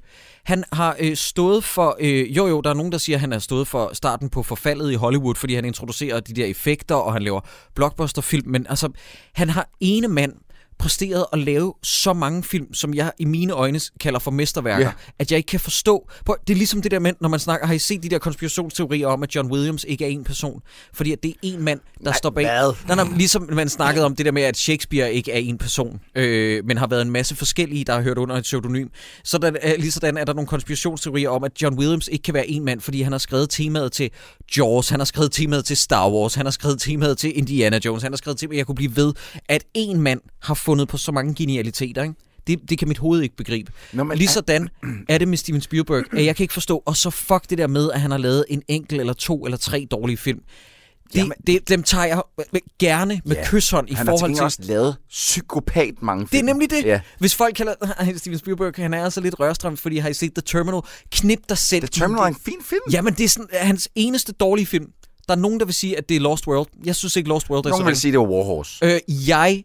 Han har øh, stået for... Øh, jo, jo, der er nogen, der siger, at han har stået for starten på forfaldet i Hollywood, fordi han introducerer de der effekter, og han laver blockbusterfilm. Men altså, han har ene mand præsteret at lave så mange film, som jeg i mine øjne kalder for mesterværker, Ja. at jeg ikke kan forstå. Prøv, det er ligesom det der med, når man snakker, har I set de der konspirationsteorier om, at John Williams ikke er en person? Fordi at det er en mand, der står bag. hvad? Nej, nej, ligesom man snakkede om det der med, at Shakespeare ikke er en person, øh, men har været en masse forskellige, der har hørt under et pseudonym. Så der, er- lige sådan er der nogle konspirationsteorier om, at John Williams ikke kan være en mand, fordi han har skrevet temaet til Jaws, han har skrevet temaet til Star Wars, han har skrevet temaet til Indiana Jones, han har skrevet temaet, jeg kunne blive ved, at en mand har fundet på så mange genialiteter, ikke? Det, det kan mit hoved ikke begribe. Nå, men- Lige sådan er det med Steven Spielberg, at jeg kan ikke forstå, og så fuck det der med, at han har lavet en enkelt eller to eller tre dårlige film. Det, Jamen, Jamen- det, dem tager jeg gerne med ja, Ja, kysshånd i han har til forhold gengæld til... også lavet psykopat mange Det er film. nemlig det. Ja. Ja. Hvis folk kalder... Ej, Steven Spielberg, han er altså lidt rørstrøm, fordi har I set The Terminal? Knip dig selv. The Terminal er en fin film. Jamen, det er sådan, hans eneste dårlige film. Der er nogen, der vil sige, at det er Lost World. Jeg synes ikke, Lost World er Nogen vil så sige, det var Warhorse. ringe. øh, Jeg...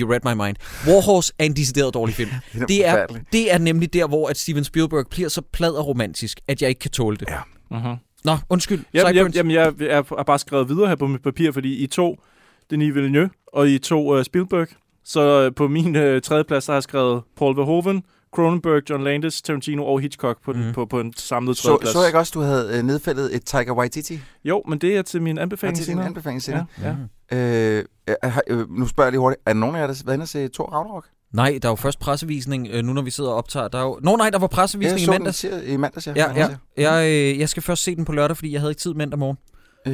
You read my mind. Warhorse er en decideret dårlig film. er det, er, forfærdeligt. det er nemlig der, hvor at Steven Spielberg bliver så plad og romantisk, at jeg ikke kan tåle det. Ja. Mhm. Nå, undskyld. Jamen, jamen, Sideburns. jamen jeg, jeg har bare skrevet videre her på mit papir, fordi I to, Denis Villeneuve, og I to uh, Spielberg. Så uh, på min uh, tredje plads, der har jeg skrevet Paul Verhoeven, Cronenberg, John Landis, Tarantino og Hitchcock på, mm. den, på, på en samlet Så, tredje plads. så jeg ikke også, du havde øh, nedfældet et Tiger Waititi? Jo, men det er til min Har anbefaling til din senere. anbefaling senere? Ja, ja. Øh, er- har- øh, nu spørger jeg lige hurtigt. Er der nogen af jer, der har været inde og se Thor Ragnarok? Nej, der er jo først pressevisning, øh, nu når vi sidder og optager. Der er jo... Nå nej, der var pressevisning i jeg så mandags. Den, i se- i mandags, ja. Ja, ja. mandags, Jeg, øh, jeg skal først se den på lørdag, fordi jeg havde ikke tid mandag morgen.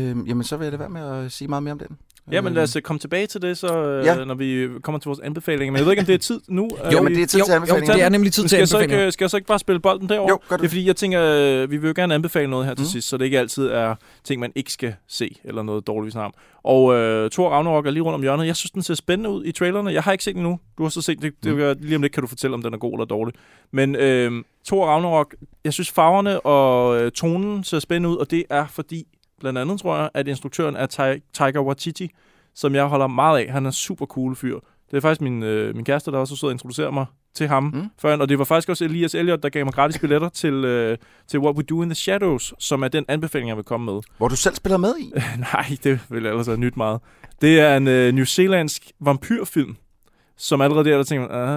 Øhm, jamen, så vil jeg da være med at sige meget mere om den. Ja, men Øh, lad os øh, komme tilbage til det, så, øh, Ja. ja. når vi kommer til vores anbefalinger. Men jeg ved ikke, om det er tid nu. øh, Jo, vi- men det er tid til Jo, det anbefalinger. er nemlig tid Men til skal, jeg så ikke, anbefalinger. øh, skal jeg så ikke bare spille bolden derover? Jo, gør det. Det er fordi, jeg tænker, øh, vi vil jo gerne anbefale noget her til Mm. mm. sidst, så det ikke altid er ting, man ikke skal se, eller noget dårligt vi snakker om. Og øh, Thor Ragnarok er lige rundt om hjørnet. Jeg synes, den ser spændende ud i trailerne. Jeg har ikke set den endnu. Du har så set det. det Mm. gør- lige om lidt kan du fortælle, om den er god eller dårlig. Men øh, Thor Ragnarok, jeg synes farverne og øh, tonen ser spændende ud, og det er fordi, blandt andet tror jeg, at instruktøren er Ti- Tiger Waititi, som jeg holder meget af. Han er en super cool fyr. Det er faktisk min, øh, min kæreste, der også sidder og introducerer mig til ham Mm. mm. førhen, og det var faktisk også Elias Elliot, der gav mig gratis billetter til, øh, til What We Do in the Shadows, som er den anbefaling, jeg vil komme med. Hvor du selv spiller med i. Nej, det vil ellers have nyt meget. Det er en øh, New Zealandsk vampyrfilm, som allerede der, der tænker man,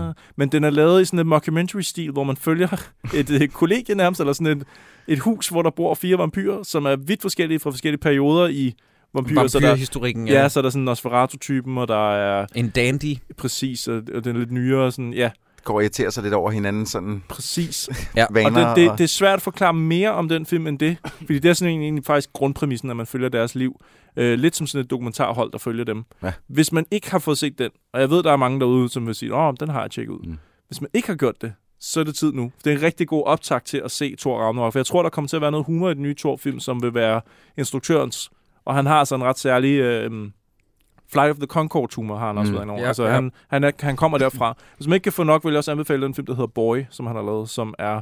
ah. mm. men den er lavet i sådan en mockumentary-stil, hvor man følger et øh, kollegie nærmest, eller sådan et, et hus, hvor der bor fire vampyrer, som er vidt forskellige fra forskellige perioder i vampyrer. øh, så der, Vampyrhistorikken ja. er ja, så er der sådan Nosferatu-typen, og der er en dandy. præcis, og, og den er lidt nyere, sådan, ja, Går og irriterer sig lidt over hinanden, sådan præcis. Og vaner. det, det, det er svært at forklare mere om den film end det, fordi det er sådan egentlig, egentlig faktisk grundpræmissen, at man følger deres liv. Øh, lidt som sådan et dokumentarhold, der følger dem. Ja. Hvis man ikke har fået set den, og jeg ved, der er mange derude, som vil sige, åh, den har jeg tjekket ud. Mm. Mm. Hvis man ikke har gjort det, så er det tid nu. Det er en rigtig god optag til at se Thor Ragnarok, for jeg tror, der kommer til at være noget humor i den nye Thor-film, som vil være instruktørens. Og han har altså en ret særlig... Øh, Flight of the Concorde tumor har han også mm. Mm. været inover. Ja, Ja, altså, ja. ja. Han, han, er, han kommer derfra. Hvis man ikke kan få nok, vil jeg også anbefale den film, der hedder Boy, som han har lavet, som er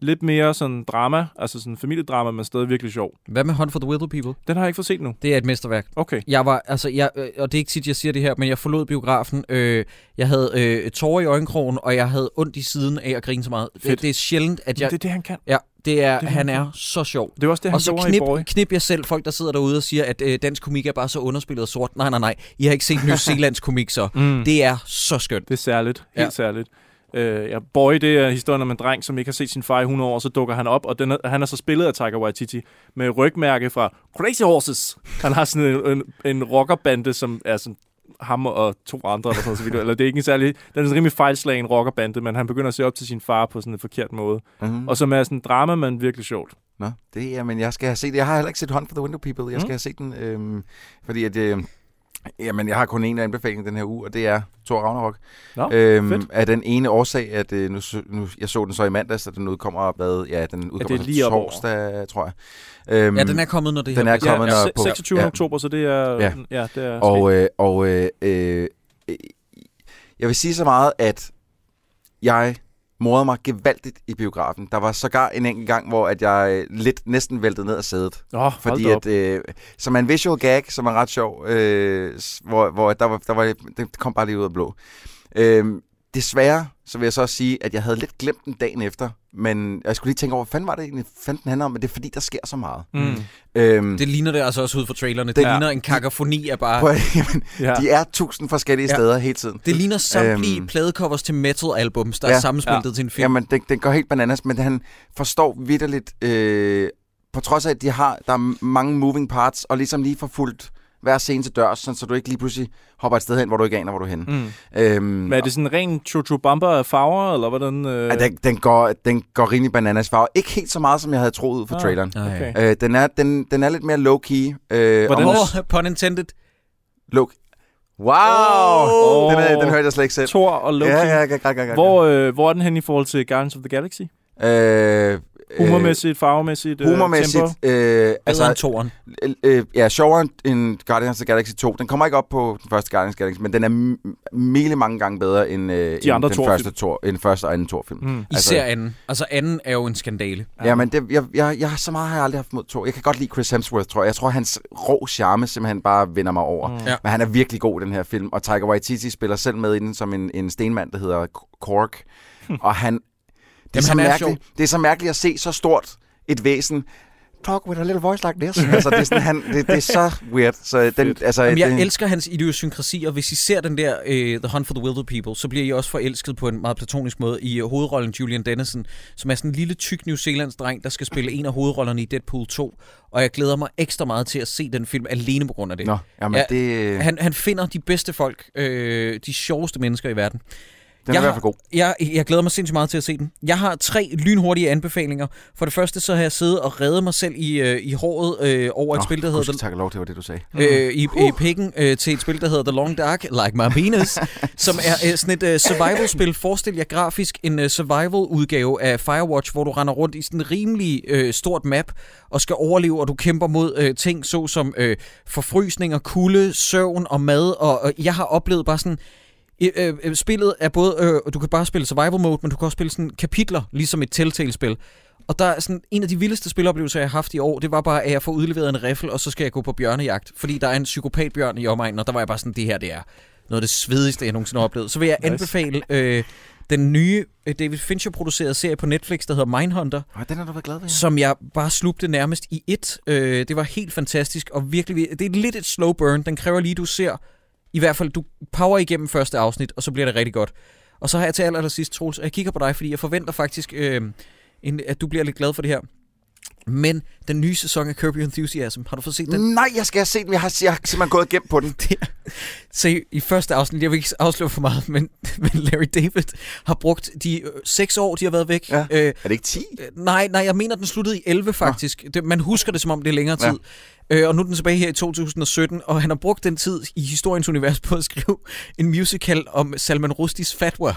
lidt mere sådan drama, altså sådan familiedrama, men stadig virkelig sjov. Hvad med Hunt for the Wilder People? Den har jeg ikke fået set nu. Det er et mesterværk. Okay. Jeg var, altså, jeg, øh, og det er ikke tit, jeg siger det her, men jeg forlod biografen. Øh, jeg havde øh, tårer i øjenkrogen, og jeg havde ondt i siden af at grine så meget. Det, Fedt. det er sjældent, at Jeg, jeg... det er det, han kan. Ja, det er, det- han er så sjov. Det er også det, han Og så gjorde i Boy. knip, knip jeg selv folk, der sidder derude og siger, at øh, dansk komik er bare så underspillet og sort. Nej, nej, nej. I har ikke set New Zealands komik, så. Mm. Det er så skønt. Det er særligt. Helt Ja. ja. særligt. Øh, ja, Boy, det er historien om en dreng, som ikke har set sin far i 100 år, og så dukker han op, og den er, han er så spillet af Taika Waititi med rygmærke fra Crazy Horses. Han har sådan en, en, en rockerbande, som er sådan ham og to andre, eller sådan noget, så vidt jeg- eller det er ikke en særlig, den er sådan en rimelig fejlslagen rockerbande, men han begynder at se op til sin far på sådan en forkert måde. Mm. Og som er sådan en drama, men virkelig sjovt. Nå, det er, men jeg skal have set Jeg har heller ikke set Hunt for the Window People. Jeg skal Mm. have set den, øhm, fordi at, øh, jamen, jeg har kun en anbefaling den her uge, og det er Thor Ragnarok. Nå, øhm, fedt. af den ene årsag, at øh, nu, sø- nu, jeg så den så i mandags, så den udkommer, hvad, ja, den udkommer det er lige op over. torsdag, tror jeg. Øhm, Ja, den er kommet, når det den her er kommet, ja, når- se- på- 26. ja. oktober, så det er... Ja. Ja, ja det er Og, øh, og øh, øh, øh, jeg vil sige så meget, at jeg morede mig gevaldigt i biografen. Der var sågar en enkelt gang, hvor at jeg øh, lidt næsten væltede ned af sædet. oh, Fordi at, øh, som er en visual gag, som er ret sjov, øh, s- hvor, hvor der var, der var, det kom bare lige ud af blå. Øh, desværre, så vil jeg så også sige, at jeg havde lidt glemt den dagen efter, men jeg skulle lige tænke over, hvad fanden var det egentlig, hvad fanden den handler om, men det er fordi, der sker så meget. Mm. Øhm, Det ligner det altså også ud for trailerne. Det, Det- ligner en kakafoni af bare... prøv, at- jamen, Ja. de er tusind forskellige Ja. steder hele tiden. Det ligner samtlige Øhm. øhm, pladecovers til metal-albums, der Ja. er sammenspillet ja. til en film. Jamen, den, den går helt bananas, men han forstår vidderligt, øh, på trods af, at de har, der er mange moving parts, og ligesom lige forfulgt hver scene til dørs, sådan, så du ikke lige pludselig hopper et sted hen, hvor du ikke aner, hvor du er henne. Mm. Øhm, Men er det sådan ren Chocho Bumper af farver, eller hvordan? Øh... Ja, den, den, går, den går rimelig bananas farve. Ikke helt så meget, som jeg havde troet ud fra Ah. traileren. Ej. Okay. Øh, den, er, den, den er lidt mere low-key. Øh, Hvordan og- er- Hvor, pun intended, Low Wow! Åh. Den, er, den hørte jeg slet ikke selv. Thor og Loki. Ja, ja, ja, ja, ja, ja. Hvor, øh, hvor er den hen i forhold til Guardians of the Galaxy? Øh, Humormæssigt, farvemæssigt, Øh, humormæssigt. Øh, altså en altså, toren. øh, øh, ja, sjovere end- end Guardians of the Galaxy 2. Den kommer ikke op på den første Guardians of the Galaxy, men den er m- mile mange gange bedre end, øh, end andre den, Thor-film. første Thor, end den første og anden Thor-film. Mm. Altså- Især altså, anden. Altså anden er jo en skandale. Ja, men det, jeg, jeg, jeg, så meget har jeg aldrig haft mod Thor. Jeg kan godt lide Chris Hemsworth, tror jeg. Jeg tror, hans rå charme simpelthen bare vender mig over. Mm. Mm. Ja. Men han er virkelig god i den her film, og Tiger Waititi spiller selv med i den som en, en stenmand, der hedder K- Kork. og han, det, Hm. er Jamen, så han er mærkeligt, det er så mærkeligt at se så stort et væsen. Talk with a little voice like this. altså, det, er sådan, han, det, det er så weird. Så den, altså, Jamen, jeg det, elsker hans idiosynkrasi, og hvis I ser den der uh, The Hunt for the Wilder People, så bliver I også forelsket på en meget platonisk måde i uh, hovedrollen Julian Dennison, som er sådan en lille tyk New Zealands dreng, der skal spille en af hovedrollerne i Deadpool 2. Og jeg glæder mig ekstra meget til at se den film alene på grund af det. Nå, jamen, Ja, ja, det, øh, den Han, han finder de bedste folk, øh, de sjoveste mennesker i verden. er i jeg hvert har- fald god. Jeg, jeg glæder mig sindssygt meget til at se den. Jeg har tre lynhurtige anbefalinger. For det første så har jeg siddet og reddet mig selv i, øh, i håret øh, over et Nå, spil, der hedder gudske Tak og lov, det var det, du sagde. øh, i, i pikken øh, til et spil, der hedder The Long Dark, Like My Venus, som er øh, sådan et øh, survival-spil. Forestil jer grafisk en øh, survival-udgave af Firewatch, hvor du render rundt i sådan en rimelig øh, stort map og skal overleve, og du kæmper mod øh, ting såsom øh, forfrysninger, kulde, søvn og mad. Og, og jeg har oplevet bare sådan... Øh, øh, øh, spillet er både, øh, du kan bare spille survival mode, men du kan også spille sådan kapitler, ligesom et Telltale-spil. Og der er sådan, en af de vildeste spiloplevelser, jeg har haft i år, det var bare, at jeg får udleveret en riffel, og så skal jeg gå på bjørnejagt, fordi der er en psykopatbjørn i omegnen, og der var jeg bare sådan, det her, det er noget af det svedigste, jeg nogensinde har oplevet. Så vil jeg Nice. anbefale øh, den nye øh, David Fincher-producerede serie på Netflix, der hedder Mindhunter, Nå, den har du været glad ved. som jeg bare slugte nærmest i ét. Øh, det var helt fantastisk, og virkelig, det er lidt et slow burn. Den kræver lige, du ser i I hvert fald, du power igennem første afsnit, og så bliver det rigtig godt. Og så har jeg til aller, aller sidst, Troels, og jeg kigger på dig, fordi jeg forventer faktisk, øh, en, at du bliver lidt glad for det her. Men den nye sæson af Curb Your Enthusiasm, har du fået set den? Nej, jeg skal have set den. Jeg har, jeg har simpelthen gået gennem på den. Se, i første afsnit, jeg vil ikke afsløre for meget, men, men Larry David har brugt de øh, seks år, de har været væk. Ja. Øh, Er det ikke 10? Øh, Nej, nej, jeg mener, den sluttede i 11 faktisk. Det, man husker det, som om det er længere tid. Øh, og nu er den tilbage her i 2017, og han har brugt den tid i historiens univers på at skrive en musical om Salman Rushdie's fatwa.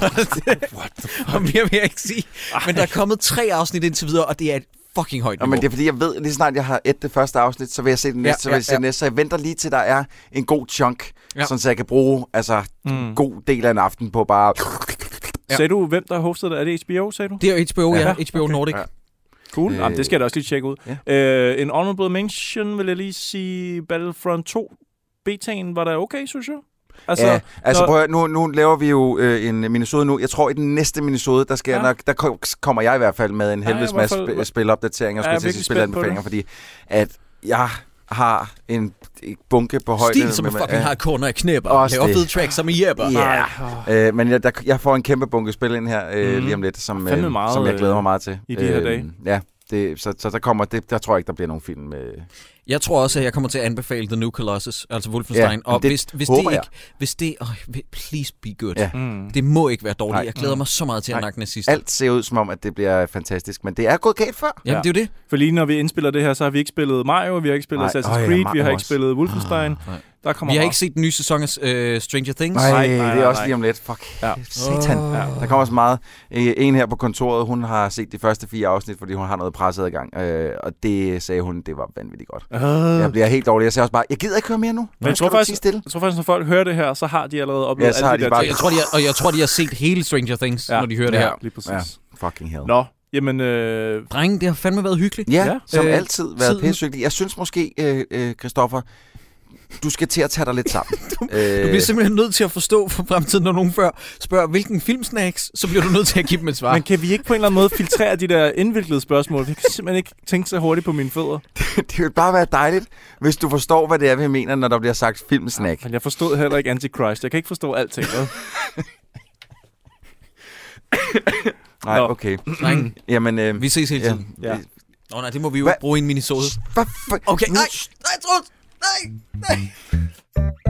What the fuck? Og mere vil jeg ikke sige. Men der er kommet tre afsnit indtil videre, og det er et fucking højt Nå, niveau. men det er fordi, jeg ved, lige så snart jeg har et det første afsnit, så vil jeg se den Ja, næste, ja, så vil jeg ja, se den ja. næste. Så jeg venter lige til, der er en god chunk, Ja. ja. sådan så jeg kan bruge altså, en god del af en aften på bare... Mm, Ja. Ja. Mm. Sagde du, hvem der hostede det? Er det HBO, sagde du? det er HBO, ja. Ja, HBO okay. Nordic. Ja. Cool. Øh. Øh, Jamen, det skal jeg da også lige tjekke ud. Ja. Øh, en honorable mention vil jeg lige sige Battlefront 2. Betaen var da okay, synes jeg. Altså, ja, ja. altså når- prøv at, høre, nu, nu laver vi jo øh, en minisode nu. Jeg tror, i den næste minisode, der, skal ja. jeg Ja. nok, der ko- kommer jeg i hvert fald med en Ja, helvedes jeg er i masse hvert sp- fald- spilopdateringer, Ja, jeg og er skulle til virkelig spille spændt på det. anbefalinger, fordi at jeg har en en bunke på højde. Stil som med- en fucking ja. hardcore, når jeg knæber. Også Laver det. fede tracks som i hjælper. Ja. Øh, men jeg, der, jeg får en kæmpe bunke spil ind her øh, mm. Mhm. lige om lidt, som, Fandme øh, meget, som jeg glæder mig øh, meget til. i de her dage. Ja, det, så, så der kommer, det, der tror jeg ikke, der bliver nogen film. Øh. Jeg tror også, at jeg kommer til at anbefale The New Colossus, altså Wolfenstein. Ja, og det hvis, hvis det håber ikke... jeg. Hvis det... Oh, please be good. Ja. Mm. Det må ikke være dårligt. Nej. Nej. Jeg glæder mig så meget til at Nej. nakke nazist. Alt ser ud som om, at det bliver fantastisk, men det er gået galt før. Jamen, det er jo det. For lige når vi indspiller det her, så har vi ikke spillet Mario, vi har ikke spillet Nej. Nej. Assassin's Øj, ja, Creed, vi Mario har ikke også. spillet Wolfenstein. Ah, nej. Der kommer Vi har meget. ikke set den nye sæson af uh, Stranger Things. Nej, Nej, nej, nej, det er nej, også nej. lige om lidt. Fuck, ja. Ja. satan. Åh. Ja. Der kommer også meget. Øh, En her på kontoret, hun har set de første fire afsnit, fordi hun har noget presseadgang. Øh, og det sagde hun, det var vanvittigt godt. Øh. Jeg bliver helt dårlig. Jeg sagde også bare, jeg gider ikke høre mere nu. Men Nu jeg tror, skal du faktisk, faktisk... stille. jeg tror faktisk, når folk hører det her, så har de allerede oplevet Ja, så har alle de, de der bare- Og jeg, tror, de har, og jeg tror, de har set hele Stranger Things, ja. når de hører det ja, her. Lige præcis. Ja. Ja. Fucking hell. Nå, jamen, øh, Drenge, det har fandme været hyggeligt. Ja, ja, Ja. som øh, Øh, altid været tiden- pissehyggeligt. Jeg synes måske, øh, øh, Christoffer, du skal til at tage dig lidt sammen. øh, Du bliver simpelthen nødt til at forstå for fremtiden, når nogen før spørger, hvilken filmsnacks, så bliver du nødt til at give dem et svar. men kan vi ikke på en eller anden måde filtrere de der indviklede spørgsmål? Jeg kan simpelthen ikke tænke så hurtigt på mine fødder. det vil bare være dejligt, hvis du forstår, hvad det er, vi mener, når der bliver sagt filmsnack. Men jeg forstod heller ikke Antichrist. Jeg kan ikke forstå alting. Hvad? Nej, Nå. okay. Drenge, Jamen, øh, vi ses hele ja. tiden. Ja. Ja. Nå nej, det må vi jo Hva- ikke bruge i en minisode. Hvad for... Okay, Nu- nej, nej, Troels, nej, nej.